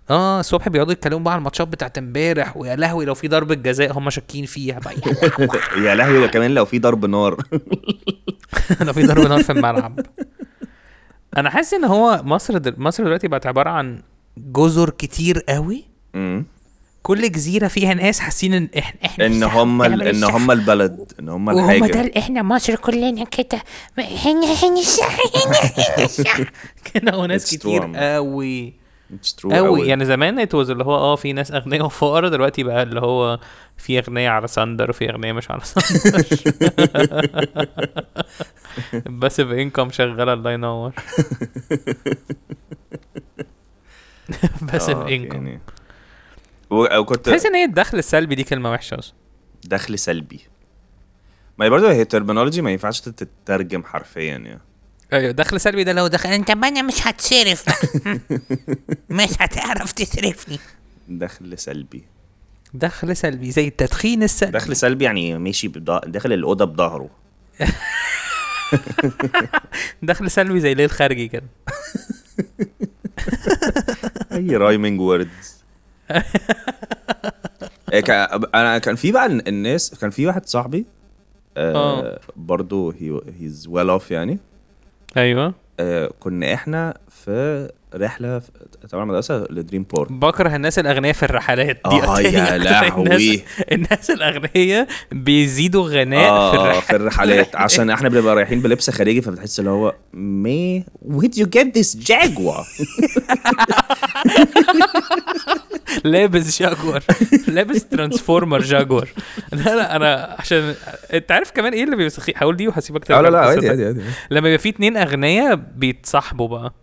اه الصبح بيقعدوا يتكلموا بقى على الماتشات بتاعت امبارح ويا لهوي لو في ضربه جزاء هم شاكين فيها بقى
*laughs*
يا لهوي
*laughs* يا لهوي ده كمان لو في ضرب نار *laughs*
لو في ضرب نار في الملعب انا حاسس ان هو مصر دل... مصر دلوقتي بقت عباره عن جزر كتير قوي
أمم.
كل جزيره فيها ناس حاسين ان احنا احنا
ان
الشعب،
هم ال-
إحنا
ان
الشعب.
هم البلد ان هم
وهم
الحاجه
دول احنا مصر كلنا كده هنا هنا الشح هنا هنا الشح
كده وناس
It's true
كتير
عامة.
قوي
It's true
قوي
أوي. *laughs*
يعني زمان اتوز اللي هو اه في ناس اغنياء وفقراء دلوقتي بقى اللي هو في اغنياء على ساندر وفي اغنياء مش على
*laughs*
ساندر بس بانكم شغاله الله
*laughs*
ينور بس
آه،
بانكم
يعني. و- وكنت
تحس ان هي الدخل السلبي دي كلمه وحشه اصلا
دخل سلبي ما هي برضه هي ترمينولوجي ما ينفعش تترجم حرفيا يعني
ايوه دخل سلبي ده لو *laughs* دخل
انت ما انا مش هتصرف بقى
*laughs*
مش هتعرف تصرفني
دخل
*laughs*
سلبي
دخل سلبي زي التدخين السلبي
دخل سلبي يعني ماشي بض- داخل الاوضه بظهره
دخل سلبي زي ليل خارجي كده
اي رايمنج *laughs* ووردز إيه، انا كان في بقى ال- الناس كان في واحد صاحبي
آه.
آه برضه هيز ويل اوف يعني
ايوه
آه كنا احنا في رحله في- تبع المدرسه لدريم بارك
بكره الناس الاغنياء في الرحلات دي *laughs*
آه،
أكتر-
يا
أكتر الناس,
لهوي.
الناس الاغنياء بيزيدوا غناء في
آه،
الرحلات
في *laughs* الرحلات عشان احنا بنبقى رايحين بلبس خارجي فبتحس اللي هو مي ويد يو جيت ذيس جاكوا
*laughs* لابس جاكور لابس ترانسفورمر جاكور لا لا انا عشان انت عارف كمان ايه اللي بيسخي هقول دي وهسيبك
*laughs* لا آه، لا
ترجع
لا
لقصتك.
عادي عادي عادي
لما يبقى في اتنين اغنياء بيتصاحبوا بقى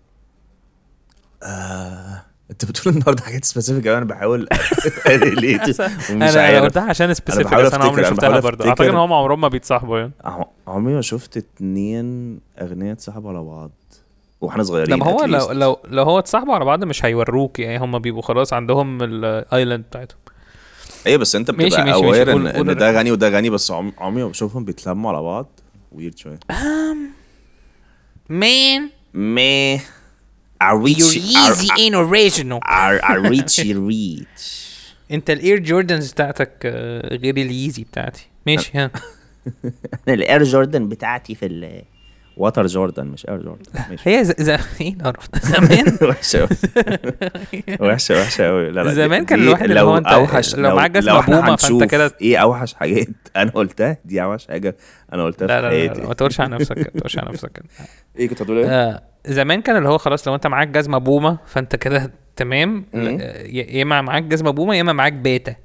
انت آه، بتقول النهارده حاجات سبيسيفيك انا بحاول *laughs* اريليت ومش
انا انا
عارف
قلتها عشان سبيسيفيك
بحاول
بس انا عمري
أفتكر، أنا
شفتها
بحاول
برضه
أفتكر.
اعتقد ان هم عمرهم ما بيتصاحبوا يعني
عم- عمري ما شفت اتنين اغنياء اتصاحبوا على بعض واحنا
لا
صغيرين
ما هو
at
لو
least.
لو لو هو اتصاحبوا على بعض مش هيوروك يعني هم بيبقوا خلاص عندهم الايلاند بتاعتهم
ايه بس انت
ماشي،
بتبقى
ماشي، ماشي،
اوير ان,
قول- قول
إن ده غني وده غني بس عم- عمري ما بشوفهم بيتلموا على بعض ويرد شويه
مين
مي Arichi
and original *laughs*
*laughs* Arichi ريتش
انت الاير جوردنز بتاعتك آه، غير الايزي بتاعتي ماشي *laughs* ها
انا الاير جوردن بتاعتي في ال واتر جوردن مش اير جوردن ماشي
هي ز... ز... ايه القرف ده؟ *laughs*
*laughs*
زمان
وحشه أوي. وحشه وحشه قوي لا لا دي-
زمان كان
دي
الواحد اللي
لو
هو أنت-
اوحش
لو معاك جسم
لو إحنا
بومة فأنت
هنشوف
كده-
ايه اوحش حاجات انا قلتها دي اوحش حاجه انا قلتها
لا
في
لا لا, لا ما
حياتي
تقولش على نفسك ما تقولش على نفسك كده.
ايه كنت هتقول ايه؟
*laughs* آه زمان كان اللي هو خلاص لو انت معاك جزمه بومه فانت كده تمام
مم.
آه، يا يا اما معاك جزمه بومه يا اما معاك بيتا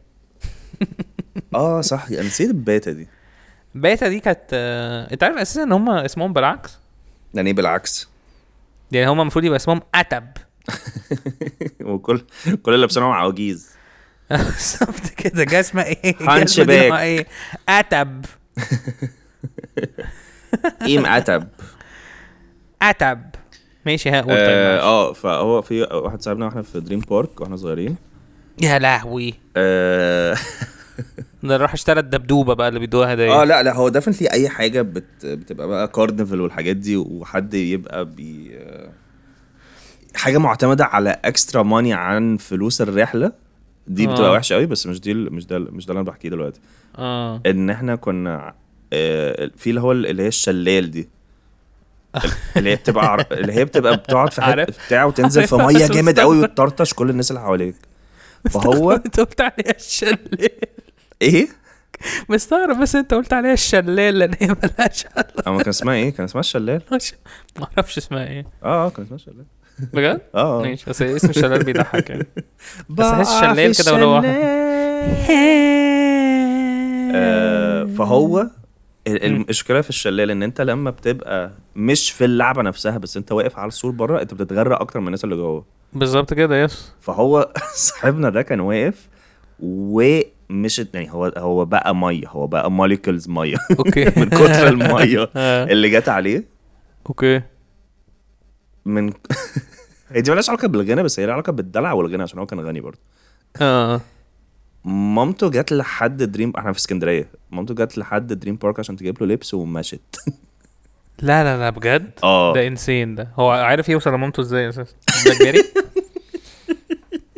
اه صح انا نسيت الباتا دي
بيتا دي كانت آه، انت عارف اساسا ان هم اسمهم بالعكس
يعني بالعكس
يعني هم المفروض يبقى اسمهم اتب
*laughs* وكل كل اللي لابسينهم عواجيز
*laughs* بالظبط كده جزمه ايه
هانش
جزمة دي
باك.
نوعها ايه اتب
ايه مقتب
اتب ماشي ها قول طيب
اه
معلش.
آه، فهو في واحد صاحبنا واحنا في دريم بارك واحنا صغيرين
يا لهوي
آه،
ده راح اشترى الدبدوبه بقى اللي بيدوها
اه
ده
لا لا هو ديفنتلي اي حاجه بت بتبقى بقى كارنفال والحاجات دي وحد يبقى بي حاجه معتمده على اكسترا ماني عن فلوس الرحله دي بتبقى
آه.
وحشه قوي بس مش دي ال- مش ده ال- مش ده اللي انا بحكيه دلوقتي
اه
ان احنا كنا آه، في اللي هو ال- اللي هي الشلال دي اللي هي بتبقى عر... اللي هي بتبقى بتقعد في حته
عارف.
بتاع وتنزل في
عارف.
ميه جامد قوي وتطرطش كل الناس اللي حواليك
*laughs*
فهو
انت قلت عليها الشلال
ايه؟
مستغرب بس انت قلت عليها الشلال لان هي ملهاش علاقة.
اما كان اسمها ايه؟ كان اسمها الشلال
ما اعرفش اسمها ايه
اه اه كان اسمها الشلال
بجد؟
اه آه.
ماشي بس اسم الشلال بيضحك يعني بس أحس الشلال كده ولا واحد. *laughs*
آه، فهو ال- المشكله في الشلال ان انت لما بتبقى مش في اللعبه نفسها بس انت واقف على السور بره انت بتتغرق اكتر من الناس اللي جوه
بالظبط كده يس
فهو *laughs* صاحبنا ده كان واقف ومش يعني هو هو بقى ميه هو بقى موليكولز ميه
اوكي
*laughs* من
*laughs*
كتر الميه
آه،
اللي جت عليه
اوكي
من *laughs* هي دي مالهاش علاقه بالغنى بس هي لها علاقه بالدلع والغنى عشان هو كان غني برضه
اه
مامته جت لحد دريم احنا في اسكندريه مامته جت لحد دريم بارك عشان تجيب له لبس ومشت
*laughs* لا لا لا بجد
اه
ده انسين ده هو عارف يوصل لمامته ازاي اساسا ده
*laughs*
جري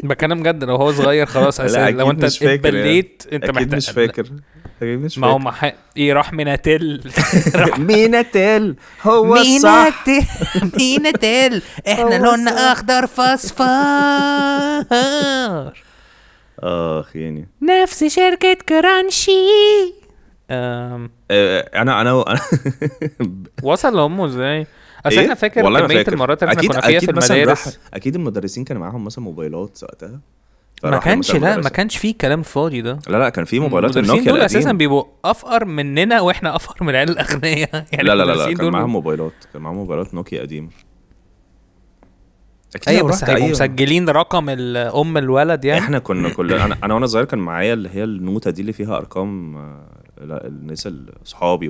بكلام جد لو هو صغير خلاص اساسا
أكيد
لو انت
مش فاكر يعني.
اتبليت انت
اكيد
محتاج
مش فاكر اكيد مش
ما هو
فاكر
ما ح- ايه راح
*laughs*
مناتل *laughs*
مينا تيل هو الصح
مينا تل
احنا لوننا
اخضر فاصفار
اخ يعني
نفس شركة كرانشي
آه، انا انا أنا- *laughs*
وصل لامه ازاي؟ اصل
إيه؟
انا فاكر
والله أنا
كمية
فاكر.
المرات اللي احنا
أكيد-
كنا فيها في
أكيد مثلاً
المدارس
راح- اكيد المدرسين كان معاهم مثلا موبايلات وقتها
ما
فراحوا
كانش
مثلاً
لا ما
المدرسة.
كانش فيه كلام فاضي ده
لا لا كان في موبايلات
المدرسين
النوكيا
دول اساسا
القديم.
بيبقوا افقر مننا واحنا افقر من العيال الاغنياء *laughs* يعني
لا لا لا, لا
المدرسين
كان
دول-
معاهم موبايلات كان معاهم موبايلات نوكيا قديم اكيد
ايوه
لو
بس
رحت
هيبقوا
أي-
مسجلين رقم ال- ام الولد يعني
احنا كنا كل انا انا وانا صغير كان معايا اللي هي النوته دي اللي فيها ارقام آه، لا، الناس ال- اصحابي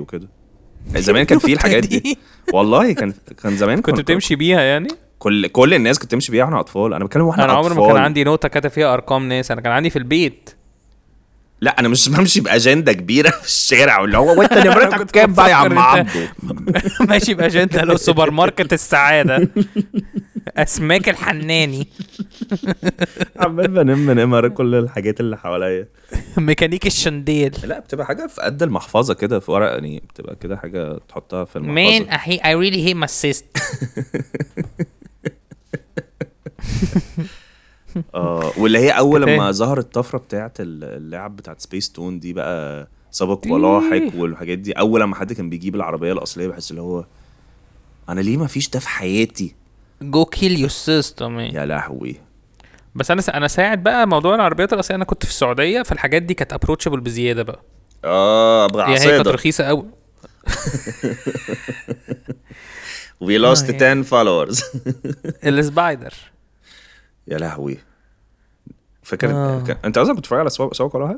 *laughs*
وكده زمان كان في
النوتة
الحاجات دي
دي.
والله كان كان زمان
كنت
كان-
بتمشي بيها يعني
كل كل الناس كنت تمشي بيها واحنا اطفال انا بتكلم واحنا
انا
اطفال
عمري ما كان عندي نوتة كاتب فيها ارقام ناس انا كان عندي في البيت
لا انا مش *laughs* بمشي باجنده كبيره في الشارع واللي هو
*laughs*
وانت
أنا
نمرتك
كنت
كام بقى يا
بفكر
عم
إنت-
عبده
*laughs* ماشي باجنده لو سوبر ماركت السعاده اسماك الحناني
*laughs* عمال بنم نمر كل الحاجات اللي حواليا
ميكانيك الشنديل
لا بتبقى حاجه في قد المحفظه كده في ورق يعني بتبقى كده حاجه تحطها في المحفظه
مان I, hate- I really hate my sister
اه واللي هي اول
كفاية.
لما ظهرت الطفره بتاعت اللعب بتاعت سبيس تون دي بقى سبق
إيه.
ولاحق والحاجات دي اول لما حد كان بيجيب العربيه الاصليه بحس اللي هو انا ليه ما فيش ده في حياتي
go kill your sister man
يا لهوي
بس انا س- انا ساعد بقى موضوع العربيات الاصليه انا كنت في السعوديه فالحاجات دي كانت ابروتشبل بزياده بقى
اه ابغى
يعني هي كانت
عصيدة
رخيصه قوي
وي لوست
آه،
10 فولورز
السبايدر
*laughs* يا لهوي فاكر
آه.
كان- انت اصلا بتتفرج على سبق سبق ولاحق؟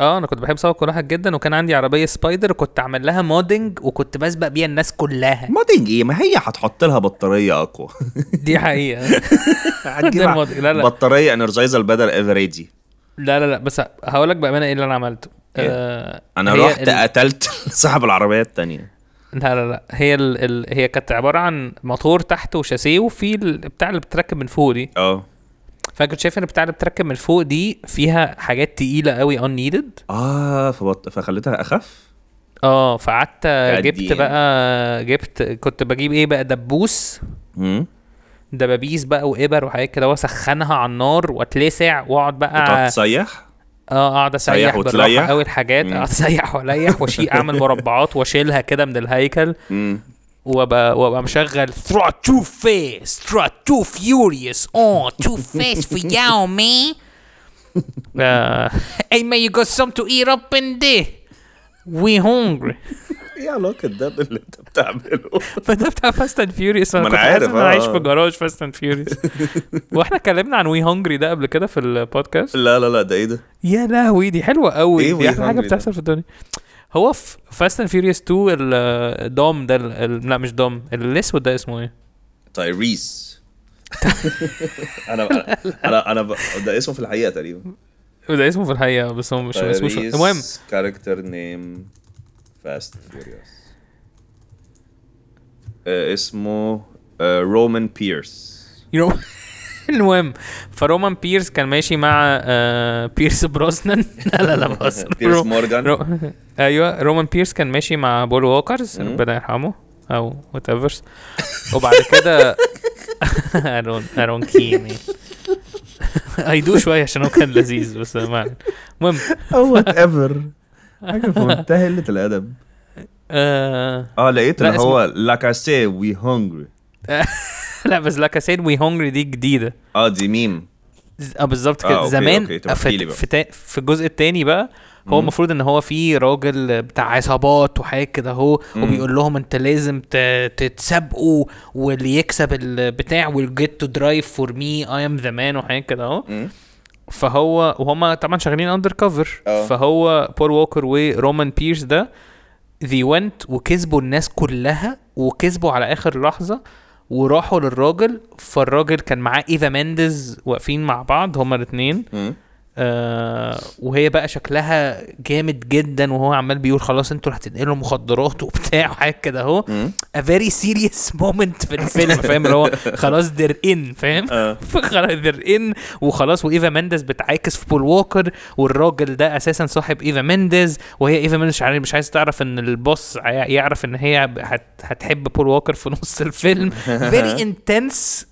اه انا كنت بحب سواق واحد جدا وكان عندي عربيه سبايدر وكنت عامل لها مودنج وكنت بسبق بيها الناس *laughs* كلها
مودينج ايه ما هي هتحط لها بطاريه
*laughs*
اقوى
دي حقيقه
هتجيب
ده الموديل. لا، لا.
بطاريه انرجايزر بدل افريجي
لا لا لا بس هقول لك بامانه ايه اللي انا عملته
إيه؟
آه
انا
هي
رحت *laughs*
ال-
قتلت صاحب العربيه التانية
لا لا لا هي ال... ال... هي كانت عباره عن موتور تحت وشاسيه وفي البتاع اللي بتركب من فوق دي
اه
فانا كنت شايف ان البتاع اللي بتركب من فوق دي فيها حاجات تقيله قوي ان نيدد
اه فبط... فخليتها اخف
اه فقعدت جبت
قديم.
بقى جبت كنت بجيب ايه بقى دبوس
امم
دبابيس بقى وابر وحاجات كده واسخنها على النار واتلسع واقعد
وتقعد
بقى
تسيح
اه اقعد
تريح
اسيح
وتريح.
بالراحه قوي الحاجات
مم.
اقعد اسيح واليح
*laughs*
واشيل اعمل مربعات واشيلها كده من الهيكل
امم
وابقى وابقى مشغل
Throw two face, throw two furious, oh, two
*laughs*
face for y'all, man.
آه،
Hey, man, you got something to eat up in there?
وي *laughs* هونجري
ايه علاقه ده باللي انت بتعمله؟
فده بتاع فاست اند فيوريوس
ما
انا
أنا
كنت حاسس
عارف،
ان انا عايش
آه.
في جراج فاست اند
*laughs*
فيوريوس واحنا اتكلمنا عن وي هونجري ده قبل كده في البودكاست
*laughs* لا لا لا ده ايه ده؟
يا لهوي دي حلوه قوي
إيه
دي
We
احلى حاجه
Hungry ده؟
بتحصل في الدنيا هو في فاست اند فيوريوس 2 ال- الدوم ده ال- ال- لا مش دوم الاسود ده اسمه ايه؟ *laughs*
تايريس انا انا انا, أنا ب... ده اسمه في الحقيقه تقريبا
ده اسمه في الحقيقه بس هو مش ما اسموش المهم
كاركتر نيم فاست فيوريوس آه، اسمه آه، رومان بيرس
you know *laughs* المهم فرومان بيرس كان ماشي مع آه بيرس بروسنان *laughs* لا لا لا بهزر
*laughs* بيرس
رو-
مورجان.
رو- ايوه رومان بيرس كان ماشي مع بول ووكرز
مم.
ربنا يرحمه او وات ايفرز وبعد كده *laughs* ارون ارون كيمي *laughs* ايدوه شويه عشان هو كان لذيذ بس ما علينا. المهم
او وات ايفر حاجه في منتهى قله الادب
آه
اه لقيت
لا
ان هو لاك اي سي وي هونجري
لا بس لاك سيد وي هونجري دي جديده
اه دي ميم
ز- اه بالظبط
آه،
كده
أوكي،
زمان
أوكي، طب احكيلي
في
بقى.
في, تا- في الجزء الثاني بقى هو
مم.
المفروض ان هو في راجل بتاع عصابات وحاجات كده اهو
مم.
وبيقول لهم انت لازم ت- تتسابقوا واللي يكسب البتاع ويل جيت تو درايف فور مي اي ام ذا مان وحاجات كده اهو فهو وهم طبعا شغالين اندر كفر
آه.
فهو بول ووكر ورومان بيرس ده ذي ونت وكسبوا الناس كلها وكسبوا على اخر لحظه وراحوا للراجل فالراجل كان معاه ايفا مينديز واقفين مع بعض هما الاثنين آه وهي بقى شكلها جامد جدا وهو عمال بيقول خلاص انتوا اللي هتنقلوا مخدرات *laughs* وبتاع وحاجات كده اهو a very serious moment في الفيلم فاهم اللي هو خلاص they're in فاهم *laughs*
اه
فخلاص they're in وخلاص وايفا مينديز بتعاكس في بول ووكر والراجل ده اساسا صاحب ايفا مينديز وهي ايفا مينديز مش عارف- مش عايز تعرف ان البوس عي- يعرف ان هي هت هتحب بول ووكر في نص الفيلم very intense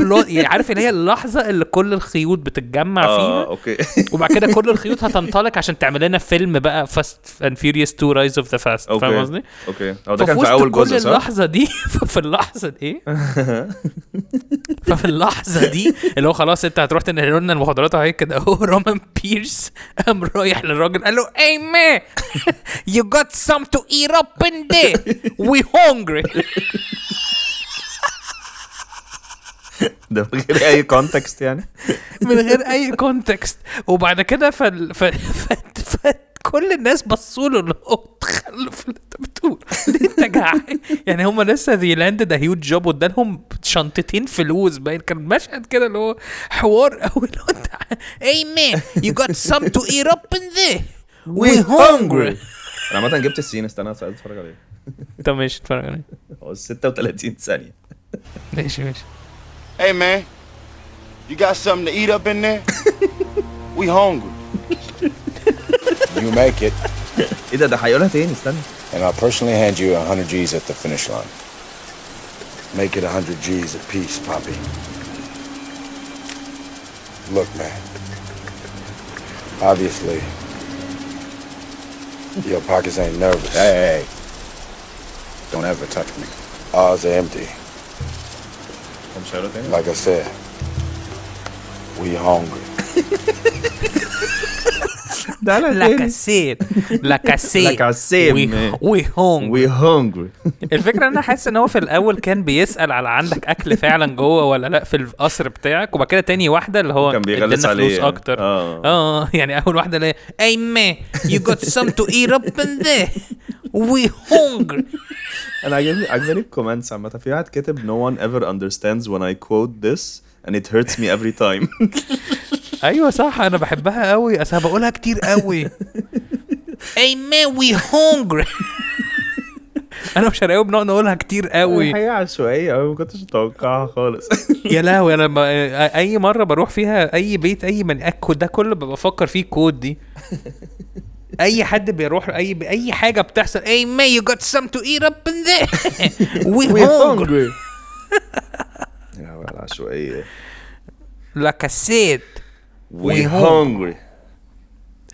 plot يعني عارف اللي هي اللحظه اللي كل الخيوط بتتجمع فيها
اه اوكي
*laughs* وبعد كده كل الخيوط هتنطلق عشان تعمل لنا فيلم بقى فاست اند فيوريوس 2 رايز اوف ذا فاست
اوكي
فاهم قصدي؟
اوكي هو ده
ففي
كان
وسط
في اول
كل
جزء صح؟
اللحظه دي *laughs* في اللحظه دي ايه؟ ففي اللحظه دي اللي هو خلاص انت هتروح تنقل لنا المخدرات اهي كده اهو رومان بيرس قام رايح للراجل قال له اي *laughs* مان يو جوت سم تو ايت اب ان دي وي هونجري
*laughs* ده من غير اي
*laughs*
كونتكست يعني
من غير اي كونتكست وبعد كده فال ف... ف... ف... كل الناس بصوا له اللي هو تخلف اللي انت بتقول ليه انت جعان يعني هم لسه ذي لاند ده هيوج جوب قدامهم شنطتين فلوس باين كان مشهد كده اللي هو حوار قوي اللي هو انت
Hey, man, you got something to eat up in there?
We hungry.
انا عامه جبت السين استنى عايز اتفرج عليه
انت ماشي اتفرج عليه
هو 36 ثانيه
ماشي ماشي
Hey man, you got something to eat up in
*laughs*
there? we hungry.
You make it,
ايه ده ده هيقولها تاني استنى
and I'll personally hand you 100 G's at the finish line. Make it 100 G's apiece, Poppy. Look, man. Obviously, your pockets ain't nervous. Hey, hey, hey. Don't ever touch me. Ours are empty.
هو مش هيقولها تاني؟
Like I said, we hungry.
ده لا
لا كاسيت لا كاسيت
لا كاسيت، man.
وي هونجري
وي
*laughs*
هونجري
الفكره ان انا حاسس ان هو في الاول كان بيسال على عندك اكل فعلا جوه ولا لا في القصر بتاعك وبعد كده تاني واحده اللي هو
كان بيغلس
ادينا
عليه
فلوس
يعني.
اكتر
آه.
اه يعني اول واحده اللي هي
Hey, man, you got something to eat up in there? We hungry.
انا عاجبني عاجبني الكومنتس عامه في واحد كاتب no one ever understands when I quote this and it hurts me every
*laughs*
time
ايوه صح انا بحبها قوي اصل أنا بقولها كتير قوي *laughs*
Hey, man, we hungry.
انا وشراوي بنقعد نقولها كتير
*laughs*
قوي
حاجه عشوائيه قوي ما كنتش متوقعها *laughs* خالص
يا لهوي انا ب... اي مره بروح فيها اي بيت اي من اكو ده كله ببقى بفكر فيه الكود *laughs* دي اي حد بيروح اي اي حاجه بتحصل اي may you got some to eat up in *laughs* there *laughs* we hungry *laughs*
يا هو العشوائيه
like I said
وي هونجري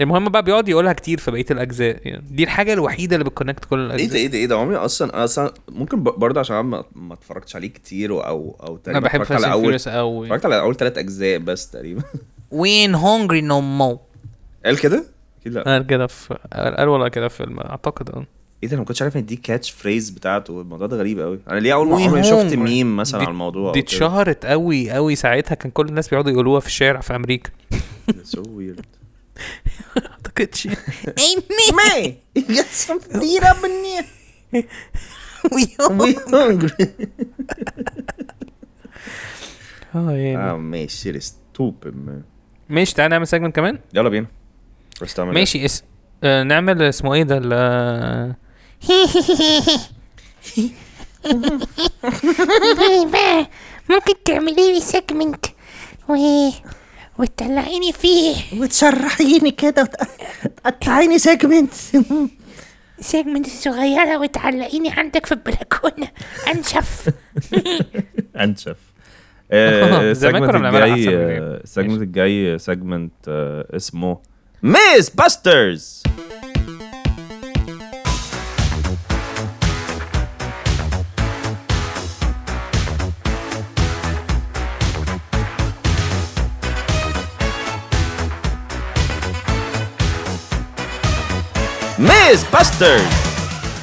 المهم بقى بيقعد يقولها كتير في بقيه الاجزاء يعني دي الحاجه الوحيده اللي بتكونكت كل
ايه ده
الاجزاء
ايه ده ايه ده عمري اصلا اصلا ممكن ب- برضه عشان أنا ما- ما اتفرجتش عليه كتير او او تقريبا
انا بحب
اتفرجت
فاست
على اول
فيوريوس قوي
اتفرجت على اول ثلاث اجزاء بس تقريبا
We ain't hungry no more.
*laughs* قال كده؟ اكيد لا
قال كده في قال والله كده في الم- اعتقد اه
ايه ده انا ما كنتش عارف ان دي كاتش فريز بتاعته الموضوع ده غريب قوي انا ليه اول ما
We
عمري شفت
hungry.
ميم مثلا
دي-
على الموضوع
دي
أو كده.
اتشهرت قوي قوي ساعتها كان كل الناس بيقعدوا يقولوها في الشارع في امريكا
That's so weird.
ما *laughs* اعتقدش
Ain't me.
Hey, *laughs* you got something to eat up in there.
We hungry.
We hungry.
اه يعني
اه ماشي shit is stupid man.
ماشي تعالى نعمل سيجمنت كمان
يلا بينا. First time I guess.
ماشي اس آه، نعمل اسمه ايه ده ال- آه،
بقى *laughs* ممكن تعملي لي سيجمنت و وتطلعيني فيه
وتشرحيني
*laughs*
كده وت- تقطعيني سيجمنت
سيجمنت صغيرة وتعلقيني عندك في البلكونة أنشف
انشف. آه،
زمان
السيجمنت
كنا بنعملها
الجاي
أحسن من
آه،
كده.
السيجمنت الجاي سيجمنت آه، اسمه ميس باسترز ميس باسترز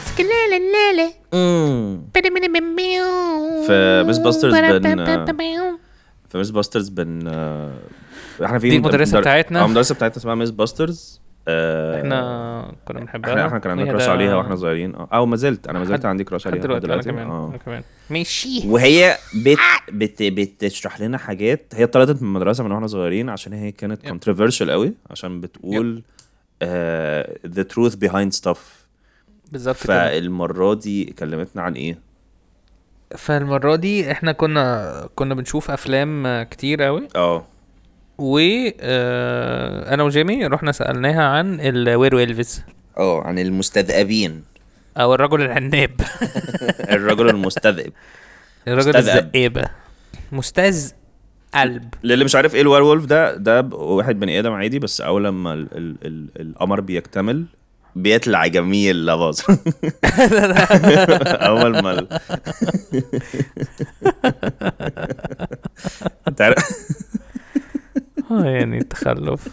سكلالة اللالة
في ميس باسترز بن آه، في ميس باسترز بن آه، احنا في
دي المدرسة بتاعتنا.
اه المدرسه بتاعتنا اسمها ميس باسترز آه،
احنا كنا بنحبها
احنا احنا كان عندنا
وهي
كراش
ده-
عليها واحنا صغيرين اه او ما زلت انا ما زلت
لحد-
عندي كراش
لحد
عليها
دلوقتي انا كمان
اه
انا كمان ماشي
وهي بت... بت... بتشرح لنا حاجات هي اتطردت من المدرسه من واحنا صغيرين عشان هي كانت كونتروفيرشال قوي عشان بتقول آه، ذا تروث بيهايند ستاف
بالظبط كده
فالمره دي كلمتنا عن ايه؟
فالمره دي احنا كنا كنا بنشوف افلام آه، كتير قوي
اه
و آه، انا وجيمي رحنا سالناها عن الوير ويلفز
اه عن المستذئبين
او الرجل
*laughs*
العناب
الرجل المستذئب
الرجل
مستذئب.
الزئيبه مستاذ
*laughs*
قلب
للي مش عارف ايه الوير وولف ده ده ب- واحد بني ادم عادي بس اول لما ال... ال... ال... القمر بيكتمل بيطلع جميل *laughs* لباظ اول ما ال- *laughs* انت عارف
اه يعني تخلف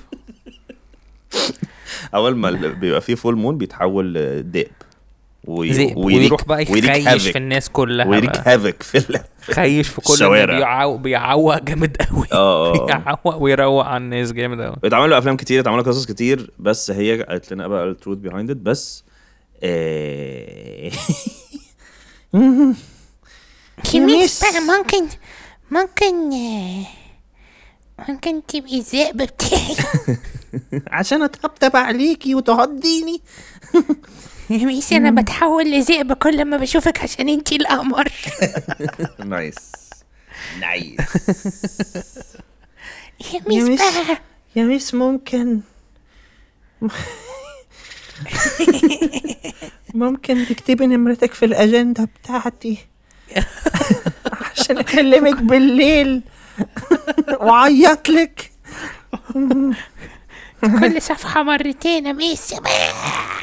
اول ما ال- بيبقى فيه فول مون بيتحول لذئب وي-
ذئب
ويريك-
ويروح بقى يخيش
havoc.
في الناس كلها
ويريك
بقى.
هافك في ال-
خيش في كل
الشوارع.
بيعو بيعوق جامد قوي
آه، آه.
بيعوق ويروق على الناس جامد *laughs* قوي
اتعمل له افلام كتير اتعمل له قصص كتير بس هي قالت لنا بقى التروث بيهايند ات بس آه،
كميس بقى ممكن ممكن آه، ممكن تبقي الذئب بتاعي
عشان اتطبطب عليكي وتهديني
ميس أنا بتحول لذئب كل ما بشوفك عشان انتي القمر
نايس نايس *laughs*
يا ميس
ميس.
بقى
يا ميس يعني ممكن ممكن تكتبي نمرتك في الأجندة بتاعتي عشان أكلمك بالليل وأعيط لك
*laughs* كل صفحة مرتين يا *laughs* ميس
يا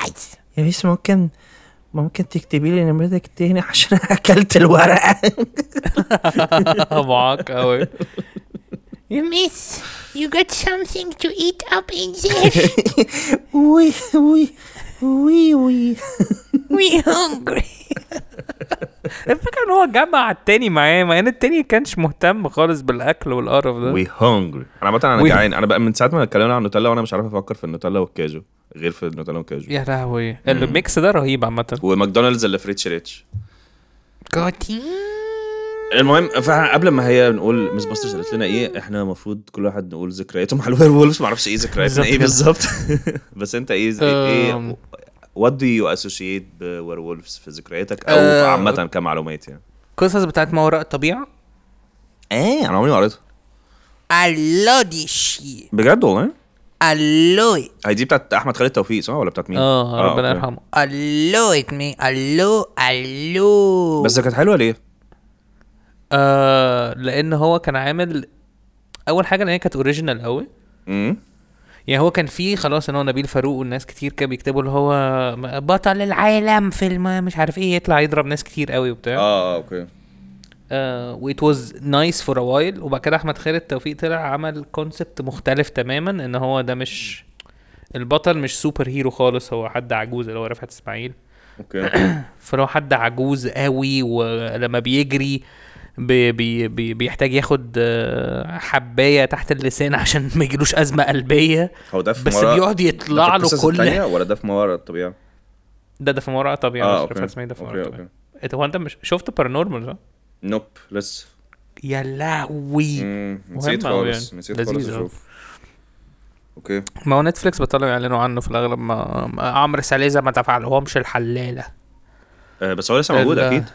ميس يعني ممكن ممكن تكتبي لي نمرتك تاني عشان أكلت الورقة
معاق قوي
يا ميس you got something to eat up in there
وي وي وي وي
*laughs* we hungry
الفكره ان هو جمع التاني معاه مع ان التاني كانش مهتم خالص بالاكل والقرف ده
وي هونجري انا عامه انا
We-
جعان انا بقى من ساعه ما اتكلمنا عن النوتيلا وانا مش عارف افكر في النوتيلا والكاجو غير في النوتيلا والكاجو
يا لهوي الميكس ده رهيب عامه
وماكدونالدز اللي في ريتش ريتش
Gotti.
المهم فاحنا قبل ما هي نقول مس باسترز قالت لنا ايه احنا المفروض كل واحد نقول إيه *laughs*
Um.
ذكرياته مع الوير وولفز ما اعرفش ايه ذكرياتنا ايه بالظبط بس انت ايه ايه
أم.
وات دو يو اسوشيت بوير وولفز في ذكرياتك
آه،
او عامه كمعلومات يعني
قصص بتاعت ما وراء الطبيعه
ايه انا عمري ما قريتها
I love this shit.
بجد والله
I love it.
هي دي بتاعت احمد خالد توفيق صح ولا بتاعت مين؟
اه ربنا
آه، أوكي.
يرحمه
I love it man. I love I love.
بس كانت حلوه ليه؟
آه لان هو كان عامل اول حاجه ان هي كانت اوريجينال قوي
امم
يعني هو كان فيه خلاص ان هو نبيل فاروق والناس كتير كانوا بيكتبوا اللي هو م- بطل العالم فيلم مش عارف ايه يطلع يضرب ناس كتير قوي وبتاع آه،
اه اوكي
وات واز نايس فور ا وايل وبعد كده احمد خالد توفيق طلع عمل كونسبت مختلف تماما ان هو ده مش البطل مش سوبر هيرو خالص هو حد عجوز اللي هو رفعت اسماعيل *coughs*
اوكي
فلو حد عجوز قوي ولما بيجري بي بي بي بيحتاج ياخد آه، حبايه تحت اللسان عشان ما يجيلوش ازمه قلبيه
هو ده في
بس
مرة-
بيقعد يطلع
ده
له
في القصص
كل-
التانية ولا ده في ما وراء الطبيعه؟
ده ده في ما وراء طبيعه
آه،
مش
أوكي.
رفعت اسماعيل ده في ما وراء
أوكي،
طبيعه إنت- هو انت مش شفت بارانورمال صح؟
نوب لسه
يا لهوي
مم،
مهم
نسيت
أوي
خالص
يعني.
نسيت
لذيذ
خالص
أوي.
اشوف اوكي
ما هو نتفليكس بطلوا يعلنوا عنه في الاغلب ما ما- عمرو ساليزا ما تفعلهمش الحلاله
آه، بس هو لسه موجود
ال-
اكيد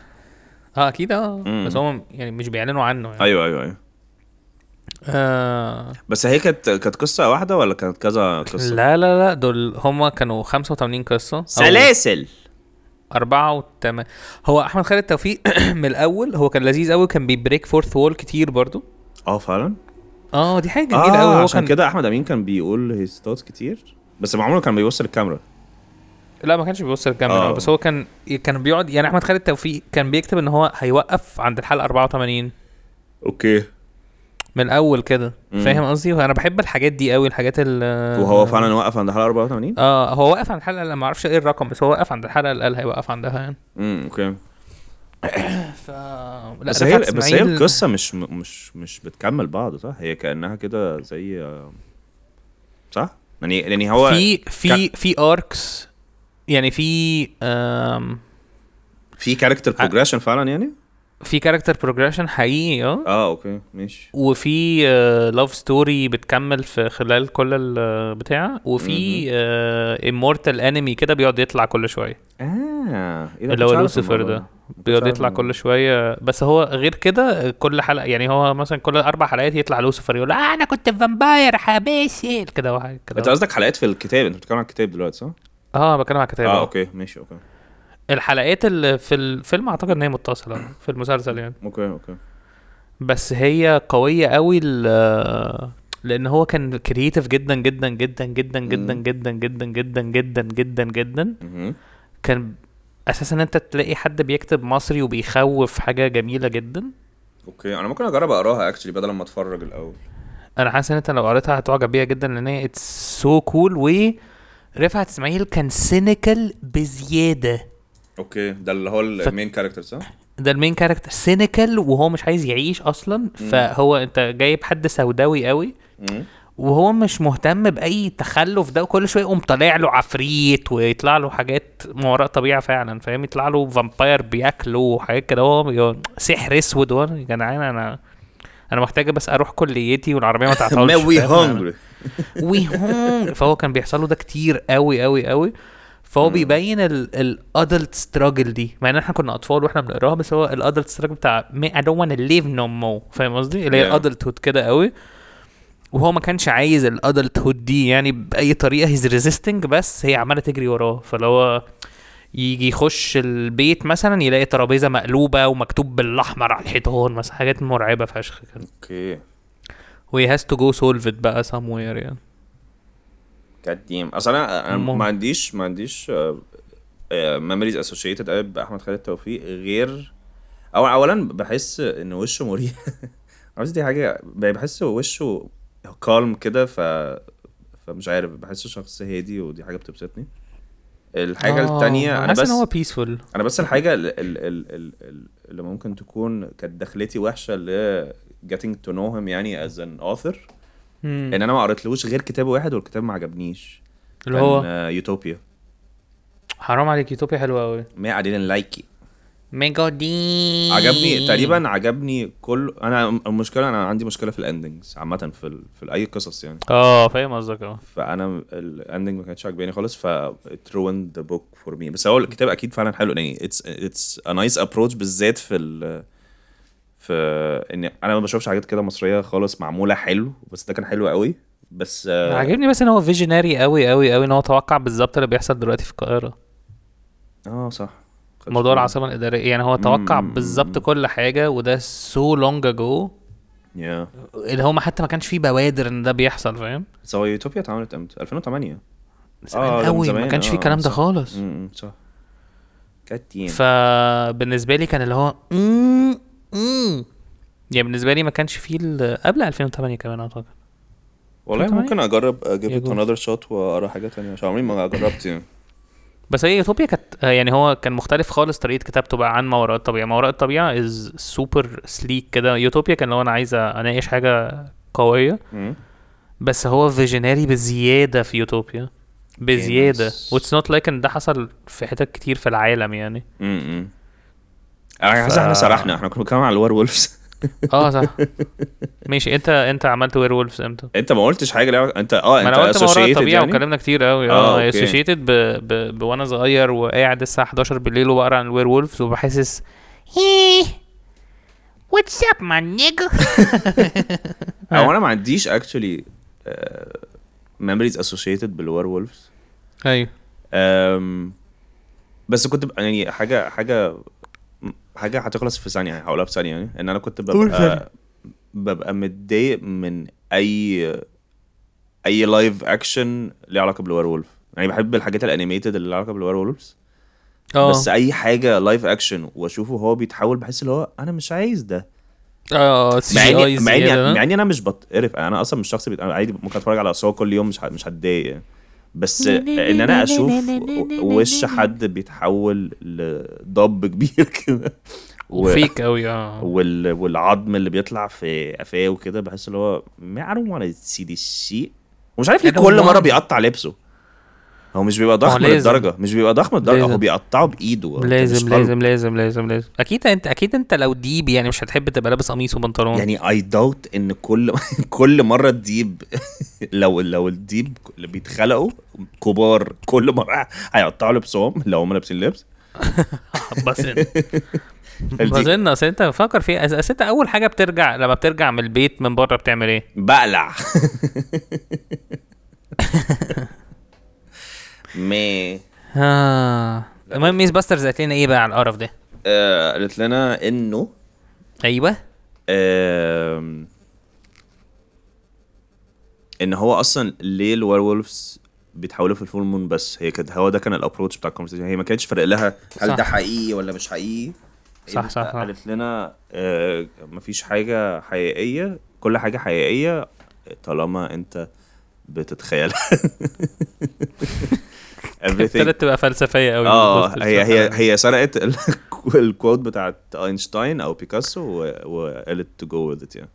اه اكيد اه
مم.
بس هم يعني مش بيعلنوا عنه يعني
ايوه ايوه ايوه
آه
بس هي كانت كانت قصه واحده ولا كانت كذا قصه؟
لا لا لا دول هم كانوا 85 قصه أو-
سلاسل
أربعة وتم... هو أحمد خالد توفيق *coughs* من الأول هو كان لذيذ أوي كان بيبريك فورث وول كتير برضو
اه فعلا
اه دي حاجة جميلة أوي
اه
هو
عشان
كان
كده احمد امين كان بيقول هيز ثوتس كتير بس ما عمره كان بيوصل الكاميرا
لا ما كانش بيبص للكاميرا
آه.
بس هو كان كان بيقعد يعني أحمد خالد توفيق كان بيكتب إن هو هيوقف عند الحلقة 84 آه.
اوكي
من الأول كده فاهم قصدي؟ أنا بحب الحاجات دي أوي الحاجات ال
وهو فعلا وقف عند حلقه 84
اه هو واقف عند الحلقة اللي ما اعرفش ايه الرقم بس هو واقف عند الحلقة اللي قال هيوقف عندها يعني
امم اوكي
ف لا
بس هي
رفعت
بس هي
اسماعيل-
القصه مش مش مش بتكمل بعض صح هي كانها كده زي آه، صح يعني يعني هو
في في في اركس يعني في آم،
في كاركتر
آه.
بروجريشن فعلا يعني
في كاركتر بروجريشن حقيقي اه
اه اوكي ماشي
وفي لاف ستوري بتكمل في خلال كل البتاع وفي امورتال انمي كده بيقعد يطلع كل شويه
اه إيه ده؟
اللي هو
كنتش عارف
لوسيفر
الموضوع
ده بيقعد
عارف
يطلع
الموضوع
كل شويه بس هو غير كده كل حلقه يعني هو مثلا كل اربع حلقات يطلع لوسيفر يقول آه انا كنت فامباير حباسي كده وحاجة
انت
كده
قصدك حلقات في الكتاب انت بتتكلم عن الكتاب دلوقتي صح؟
اه بتكلم على كتاب
اه
آه.
اوكي ماشي اوكي
الحلقات اللي في الفيلم اعتقد ان هي متصله في المسلسل يعني
اوكي اوكي
بس هي قوية قوي ال- لان هو كان كرييتيف جدا جدا جدا جدا جدا جدا جدا جدا جدا جدا جدا
مهم.
كان اساسا انت تلاقي حد بيكتب مصري وبيخوف حاجة جميلة جدا
اوكي انا ممكن اجرب اقراها اكشلي بدل ما اتفرج الاول
انا حاسس ان انت لو قريتها هتعجب بيها جدا لان هي اتس سو كول و رفعت اسماعيل كان سينيكال بزيادة
اوكي ده اللي هو المين كاركتر صح؟
ده المين كاركتر سينيكال وهو مش عايز يعيش اصلا فهو انت جايب حد سوداوي قوي
مم.
وهو مش مهتم باي تخلف ده وكل شويه يقوم طالع له عفريت ويطلع له حاجات ما وراء طبيعه فعلا فاهم يطلع له فامباير بياكله وحاجات كده هو بي- سحر اسود هو يا جدعان انا انا محتاجه بس اروح كليتي والعربيه ما
*laughs*
تعطلش فاهم؟
هونجري
وي هونج فهو كان بيحصل له ده كتير قوي قوي قوي فهو بيبين الادلت ستراجل دي مع ان احنا كنا اطفال واحنا بنقراها بس هو الادلت ستراجل بتاع اي دونت wanna ليف نو مو فاهم قصدي اللي هي
Yeah.
الادلت هود كده قوي وهو ما كانش عايز الادلت هود دي يعني باي طريقه هيز ريزيستنج بس هي عماله تجري وراه فاللي هو يجي يخش البيت مثلا يلاقي ترابيزه مقلوبه ومكتوب بالاحمر على الحيطان مثلا حاجات مرعبه فشخ كده
اوكي
وهي هاز تو جو سولف بقى سموير يعني
قديم اصل انا انا
مم.
ما عنديش ما عنديش آه، ميموريز اسوشيتد قوي باحمد خالد توفيق غير او اولا بحس ان وشه مريح *laughs* عاوز دي حاجه بحس وشه كالم كده ف فمش عارف بحسه شخص هادي ودي حاجه بتبسطني الحاجه
آه،
التانية انا
حاسس
بس
ان هو بيسفول
انا بس الحاجه ال- ال- ال- ال- ال- اللي ممكن تكون كانت دخلتي وحشه ل getting to know him يعني as an author ان انا ما قريتلهوش غير كتاب واحد والكتاب ما عجبنيش
اللي هو
يوتوبيا
حرام عليك يوتوبيا حلوة قوي
ما علينا لايكي
ميجا دي
عجبني تقريبا عجبني كل انا المشكله انا عندي مشكله في الاندنجز عامه في ال... في اي قصص يعني
اه فاهم قصدك اه
فانا الاندنج ما كانتش عجباني خالص ف it ruined the book for me بس هو الكتاب اكيد فعلا حلو يعني it's it's a nice approach بالذات في ال في ان انا ما بشوفش حاجات كده مصريه خالص معموله حلو بس ده كان حلو قوي بس آه،
عاجبني بس ان هو فيجنري قوي قوي قوي ان هو توقع بالظبط اللي بيحصل دلوقتي في القاهره
اه صح خدت
موضوع
بالي.
العاصمه الاداريه يعني هو توقع
مم.
بالظبط كل حاجه وده سو لونج اجو
يا
اللي هو ما حتى ما كانش فيه بوادر ان ده بيحصل فاهم
بس هو يوتوبيا اتعملت امتى 2008
زمان
ده من
قوي ما
زمان،
كانش فيه
آه،
الكلام ده
صح.
خالص
امم صح كانت يعني
فبالنسبه لي كان اللي هو مم، مم. يعني بالنسبه لي ما كانش فيه ال- قبل 2008 كمان اعتقد
والله
2008
ممكن اجرب اجيب
يجوز.
another shot واقرا حاجه تانية عشان عمري ما جربت يعني
بس هي يوتوبيا كانت آه، يعني هو كان مختلف خالص طريقه كتابته بقى عن ما وراء الطبيعه ما وراء الطبيعه از سوبر سليك كده يوتوبيا كان لو انا عايز اناقش حاجه قويه
مم.
بس هو فيجنري بزياده في يوتوبيا بزياده
nice.
واتس نوت لايك ان ده حصل في حتت كتير في العالم يعني
امم انا حاسس احنا سرحنا احنا كنا بنتكلم على الوير *laughs* وولفز
اه صح ماشي انت انت عملت وير وولفز امتى؟
انت ما قلتش حاجه لعبة. انت اه
ما
انت
انا قلت ما وراء
associated
الطبيعه
يعني
وكلامنا كتير قوي
آه،
اه
أوكي.
اسوشيتد ب... ب... بوانا صغير وقاعد الساعه 11 بالليل وبقرا عن الوير وولفز وبحسس
What's up, my nigga? *laughs*
او انا ما عنديش actually آه، ميموريز اسوشيتد بالوير وولفز أيوه.
ايوه
بس كنت ب... يعني حاجه حاجه حاجه هتخلص في ثانيه يعني هقولها في ثانيه يعني ان انا كنت ببقى ببقى متضايق من اي اي لايف اكشن ليه علاقه بالوير وولف يعني بحب الحاجات الانيميتد اللي لها علاقه بالوير وولفز
اه
بس اي حاجه لايف اكشن واشوفه هو بيتحول بحس اللي هو انا مش عايز ده
اه
مع
سي
اني
اي
مع اني مع
زياده
اني انا مش بتقرف انا اصلا مش شخص بيت... أنا عادي ممكن اتفرج على اصور كل يوم مش ه... مش هتضايق يعني. بس ان انا اشوف وش حد بيتحول لضب كبير *laughs* كده و...
وفيك قوي
آه.
اه
وال... والعظم اللي بيطلع في قفاه وكده بحس اللي هو ما I don't wanna see this shit ومش عارف ليه
I don't
كل مره
want-
بيقطع لبسه هو مش بيبقى
هو
ضخم
لازم.
للدرجه مش بيبقى ضخم للدرجه
لازم.
هو بيقطعه بايده أنت مش
لازم
طالبه.
لازم لازم لازم لازم اكيد انت اكيد انت لو ديب يعني مش هتحب تبقى لابس قميص وبنطلون *laughs* يعني
يعني اي داوت ان كل *laughs* كل مره الديب *laughs* لو لو الديب اللي بيتخلقوا كبار كل مره هيقطعوا لبسهم لو هم لابسين لبس
بظن
*laughs* الديب-
بظن اصل انت فكر فيها أصل- اصل انت اول حاجه بترجع لما بترجع من البيت من بره بتعمل ايه؟
بقلع *laughs* ما
اه المهم ميس باسترز قالت لنا ايه بقى على القرف ده؟
آه، قالت لنا انه
ايوه
آم، ان هو اصلا ليه الوير وولفز بيتحولوا في الفول مون بس هي كانت هو ده كان الابروتش بتاع الكونفرسيشن هي ما كانتش فارق لها
صح.
هل ده حقيقي ولا مش حقيقي
صح، صح، صح.
قالت لنا آه مفيش حاجه حقيقيه كل حاجه حقيقيه طالما انت بتتخيلها *laughs* everything
ابتدت تبقى فلسفيه قوي
اه هي هي هي سرقت ال- *laughs* الكوت بتاعت اينشتاين او بيكاسو و- وقالت تو جو وذ ات يعني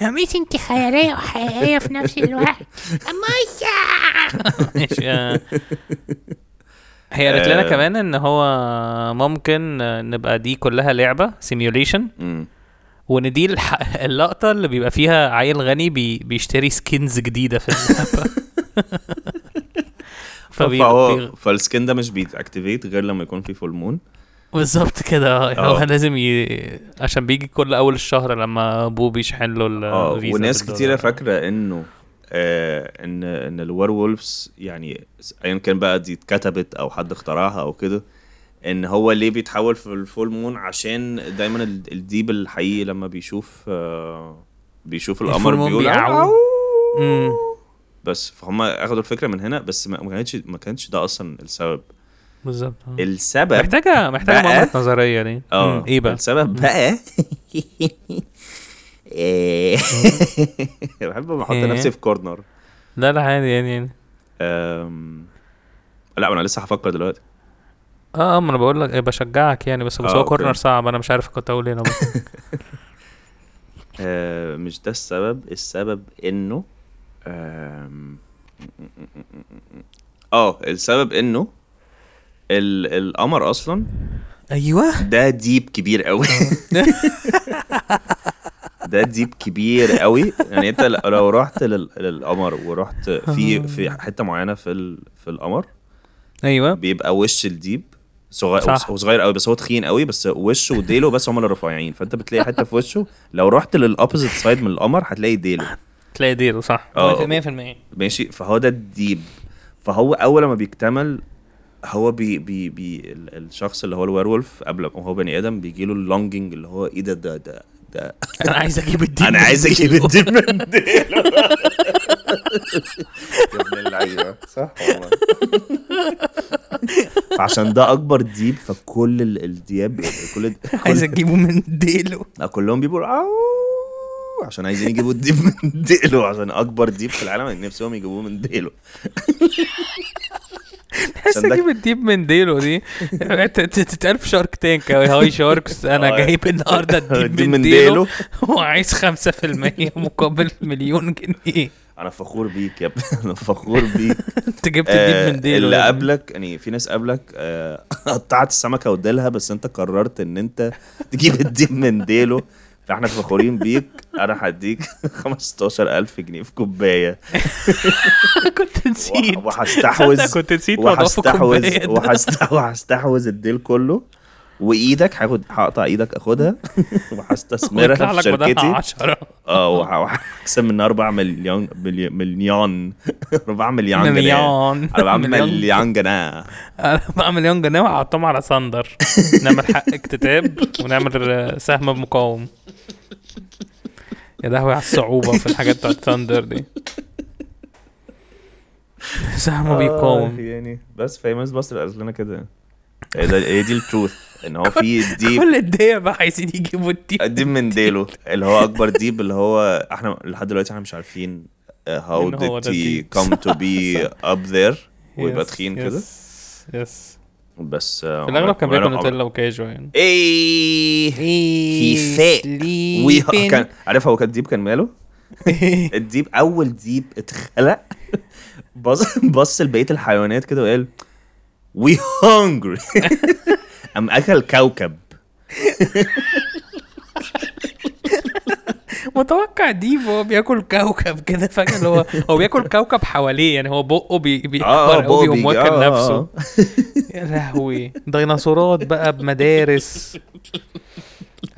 يا ميس انت خيالية وحقيقية في نفس *laughs* الوقت. أمايا!
*laughs* ماشي آه. هي قالت لنا
آه.
كمان ان هو ممكن آه، نبقى دي كلها لعبه سيميوليشن
مم.
وان دي الح- اللقطه اللي بيبقى فيها عيل غني بي بيشتري سكينز جديده في
*laughs*
اللعبه فبي- بي-
فهو آه، فالسكين ده مش بيتاكتيفيت غير لما يكون في فول مون
بالظبط كده آه، يعني هو
آه.
لازم ي... عشان بيجي كل اول الشهر لما ابوه بيشحن له
اه
الفيزا
وناس
بالدولار.
كتيره فاكره انه آه ان ان الوير وولفز يعني س- ايا كان بقى دي اتكتبت او حد اخترعها او كده ان هو ليه بيتحول في الفول مون عشان دايما ال- الديب الحقيقي لما بيشوف آه بيشوف القمر
الفول مون
بيقول
بيعو.
"عو".
مم.
بس فهم اخدوا الفكره من هنا بس ما ما كانتش ما كانتش ده اصلا السبب
بالظبط آه.
السبب
محتاجه محتاجه
إيه بقى-
مؤامرة نظريه دي
اه
مم، ايه بقى
السبب بقى *laughs* إيه. *laughs* بحب لما احط
إيه؟
نفسي في كورنر
لا لا عادي يعني يعني
أم... لا ما انا لسه هفكر دلوقتي
اه اه ما انا بقول لك إيه، بشجعك يعني بس بس
آه،
هو
أوكي.
كورنر صعب انا مش عارف كنت اقول ايه
*laughs*
انا بقى.
أه مش ده السبب السبب انه أم... آه، اه السبب انه ال... القمر اصلا
ايوه
ده ديب كبير قوي *laughs* ده ديب كبير قوي يعني انت ل- لو رحت لل- للقمر ورحت في في حته معينه في ال- في القمر
ايوه
بيبقى وش الديب صغير
صح.
هو صغير قوي بس هو تخين قوي بس وشه وديله بس هم اللي رفيعين فانت بتلاقي حته في وشه لو رحت للابوزيت سايد من القمر هتلاقي ديله
تلاقي ديله صح
آه.
100%
ماشي فهو ده الديب فهو اول ما بيكتمل هو بي بي بي ال- الشخص اللي هو الويرولف قبل ما هو بني ادم بيجي له اللونجنج اللي هو ايه ده ده ده ده
انا عايز اجيب الديل
انا عايز اجيب الديب من ديله يا ابن اللعيبه صح والله عشان ده اكبر ديب فكل ال- الدياب يعني كل
عايز
كل-
اجيبه من ديله
لا كلهم بيقولوا "أوو" عشان عايزين يجيبوا الديب من ديله عشان اكبر ديب في العالم نفسهم يجيبوه من ديله
عايز
عشان ده-
اجيب الديب من ديله دي ت- ت- تتقال في شارك تانك أوي، هاي شاركس انا
آه.
جايب
*laughs*
النهارده الديب
الديب
من
من
ديله
ديله.
وعايز 5% مقابل مليون جنيه
انا فخور بيك يا ابني انا فخور بيك
انت جبت
آه
الديب من ديله
اللي
يا ابني.
قبلك يعني في ناس قبلك آه، *laughs* قطعت السمكه وديلها بس انت قررت ان انت تجيب الديب من ديله فاحنا فخورين بيك انا هديك *laughs* 15000 جنيه في
*laughs*
كوبايه
كنت نسيت
وه- وهستحوز
تصدق كنت نسيت موضوع في
وهستحوز
الكوباية ده.
وهست- وهستحوز الديل كله وايدك هاخد هقطع
*laughs*
ايدك اخدها
ويطلع
وهستثمرها في
لك بدلها
شركتي
10
اه وه- وهكسب من 4 مليون ملي- مليون *laughs* 4 مليون جنيه.
مليون.
انا بعمل
*laughs* مليون.
مليون جنيه
*laughs* انا بقى مليون جنيه وهحطهم على
*laughs*
ساندر نعمل حق اكتتاب ونعمل آه، سهم مقاوم يا لهوي على الصعوبة في الحاجات بتاعت ساندر دي سهم
آه،
بيقاوم
يعني بس فهي مس مصر اصلنا كده هي ده- هي دي التروث ان هو
*laughs*
في ديب
كل الدنيا بقى عايزين يجيبوا الديب
ديب من ديلو اللي هو اكبر ديب اللي هو احنا لحد دلوقتي احنا مش عارفين uh, how
مين هو
did
ده
he
الديب؟
come to
*laughs*
be up there ويبقى
Yes,
تخين
yes,
كده
يس
بس آه،
في الاغلب كان بياكل نوتيلا وكاجو يعني
ايه he thick we كان عارف هو كان الديب كان ماله
*laughs*
الديب اول ديب اتخلق بص بص لبقيه الحيوانات كده وقال we hungry *laughs* قام اكل كوكب
متوقع ديب هو بياكل كوكب كده فاكر اللي هو هو بياكل كوكب حواليه يعني هو بقه بي- بيكبر قوي
بوبي،
بيقوم واكل
آه، آه،
نفسه
*laughs* آه.
يا لهوي ديناصورات بقى بمدارس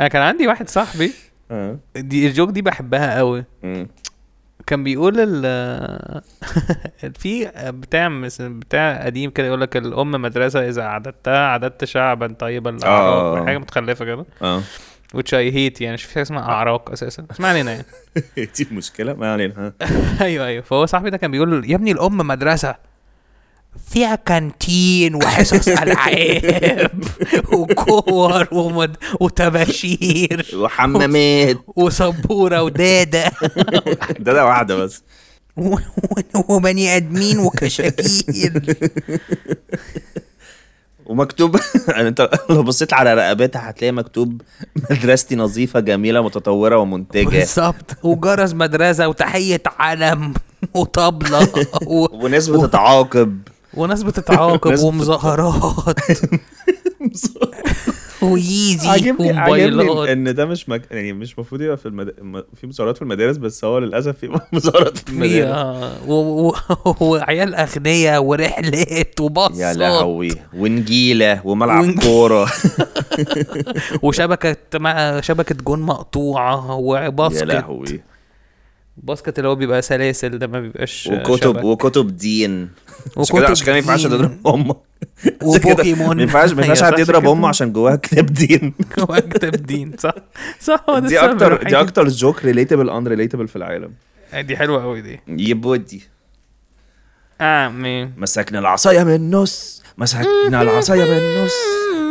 انا كان عندي واحد صاحبي
آه.
دي الجوك دي بحبها قوي
مم.
كان بيقول ال *laughs* في بتاع مس- بتاع قديم كده يقول لك الام مدرسه اذا عددتها عددت شعبا طيبا الاعراق
آه.
حاجه متخلفه كده
اه
which I hate يعني مش في حاجه اسمها اعراق اساسا اسمع علينا يعني
*laughs* دي مشكلة ما علينا ها
*laughs* أيوة،
ايوه ايوه فهو صاحبي ده كان بيقول يا ابني الام مدرسه
فيها
*laughs*
كانتين وحصص العاب وكور ومد... وطباشير
*laughs*
وحمامات
وسبوره وداده
ده ده واحدة بس
و- و- وبني ادمين
*laughs*
وكشاكيل
ومكتوب *laughs* انت لو بصيت على رقبتها هتلاقي مكتوب مدرستي نظيفة جميلة متطورة ومنتجة
بالظبط وجرس مدرسه وتحيه علم وطبله و...
وناس بتتعاقب
وناس بتتعاقب
ناس
ومظاهرات
*laughs*
ويزي
عاجبني
وموبايلات
عاجبني ان ده مش مك... يعني مش المفروض يبقى في المد... م- في مظاهرات في المدارس بس هو للاسف في مظاهرات في
في-
المدارس
آه، و-
*laughs*
و- وعيال اغنياء ورحلات وباصات
يا لهوي ونجيلة وملعب
ونج- *laughs*
كورة
وشبكه مع شبكه جون مقطوعه
يا
وباسكت
لهوي
باسكت اللي هو بيبقى سلاسل ده ما بيبقاش
وكتب
شبك. *laughs*
وكتب دين عشان
وكتب
كده عشان كده ما ينفعش
دين.
تضرب امك عشان كده
وبوكيمون
ما ينفعش ما ينفعش
أيوة،
حد
صح،
يضرب
كده.
امه عشان جواها كتاب
*laughs*
دين
وكتب دين صح صح هو ده
دي
السبب
اكتر
الوحيد.
دي اكتر جوك ريليتابل ان ريليتابل في العالم
دي حلوه قوي دي
يبودي
اه مين
مسكنا العصايه من النص مسكنا العصايه من النص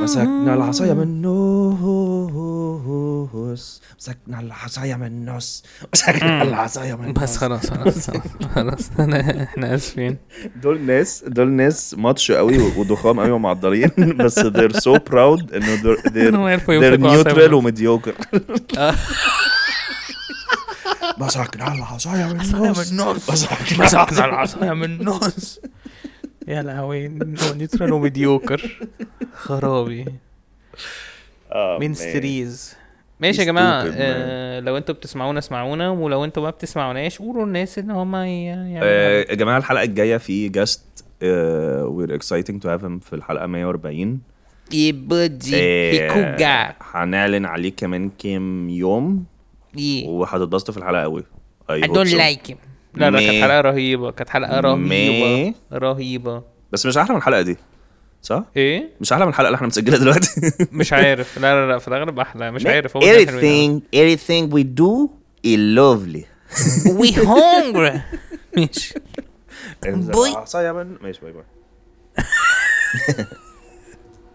مسكنا العصايه من النص مسكنا العصايه من النص مسكنا العصايه من
بس
النص
خلاص خلاص خلاص خلاص *laughs* أنا- احنا *laughs* اسفين
دول ناس دول ناس ماتش قوي وضخام قوي ومعضلين بس they're so proud انه they're
*laughs* إنهم
they're,
عرفوا
they're
يمسكوا عصاية من
neutral
النص.
ومديوكر *laughs* مسكنا العصايه من النص
مسكنا العصايه من النص يا لهوي نيوترال وميديوكر خرابي
آه،
مين
man.
ستريز ماشي يا
He's
جماعه
stupid,
آه لو انتوا بتسمعونا اسمعونا ولو انتوا ما بتسمعوناش قولوا للناس ان هم ي- يعني يعملوا
آه، يا جماعه الحلقه الجايه في آه، جاست وير اكسايتنج تو هاف هيم في الحلقه 140
يبدي
آه،
يكوجع
هنعلن عليه كمان كام يوم
يي
وهتتبسطوا في الحلقه قوي
إيه. I don't like him لا لا كانت
مي-
حلقه رهيبه كانت حلقه رهيبه
مي-
رهيبه
بس مش احلى من الحلقه دي صح؟
ايه
مش احلى من الحلقه اللي احنا مسجلها دلوقتي
*laughs*
*laughs*
مش عارف لا لا لا في الاغلب احلى مش عارف هو ده حلو يعني.
everything everything we do is lovely
We hungry.
ماشي
باي ماشي باي باي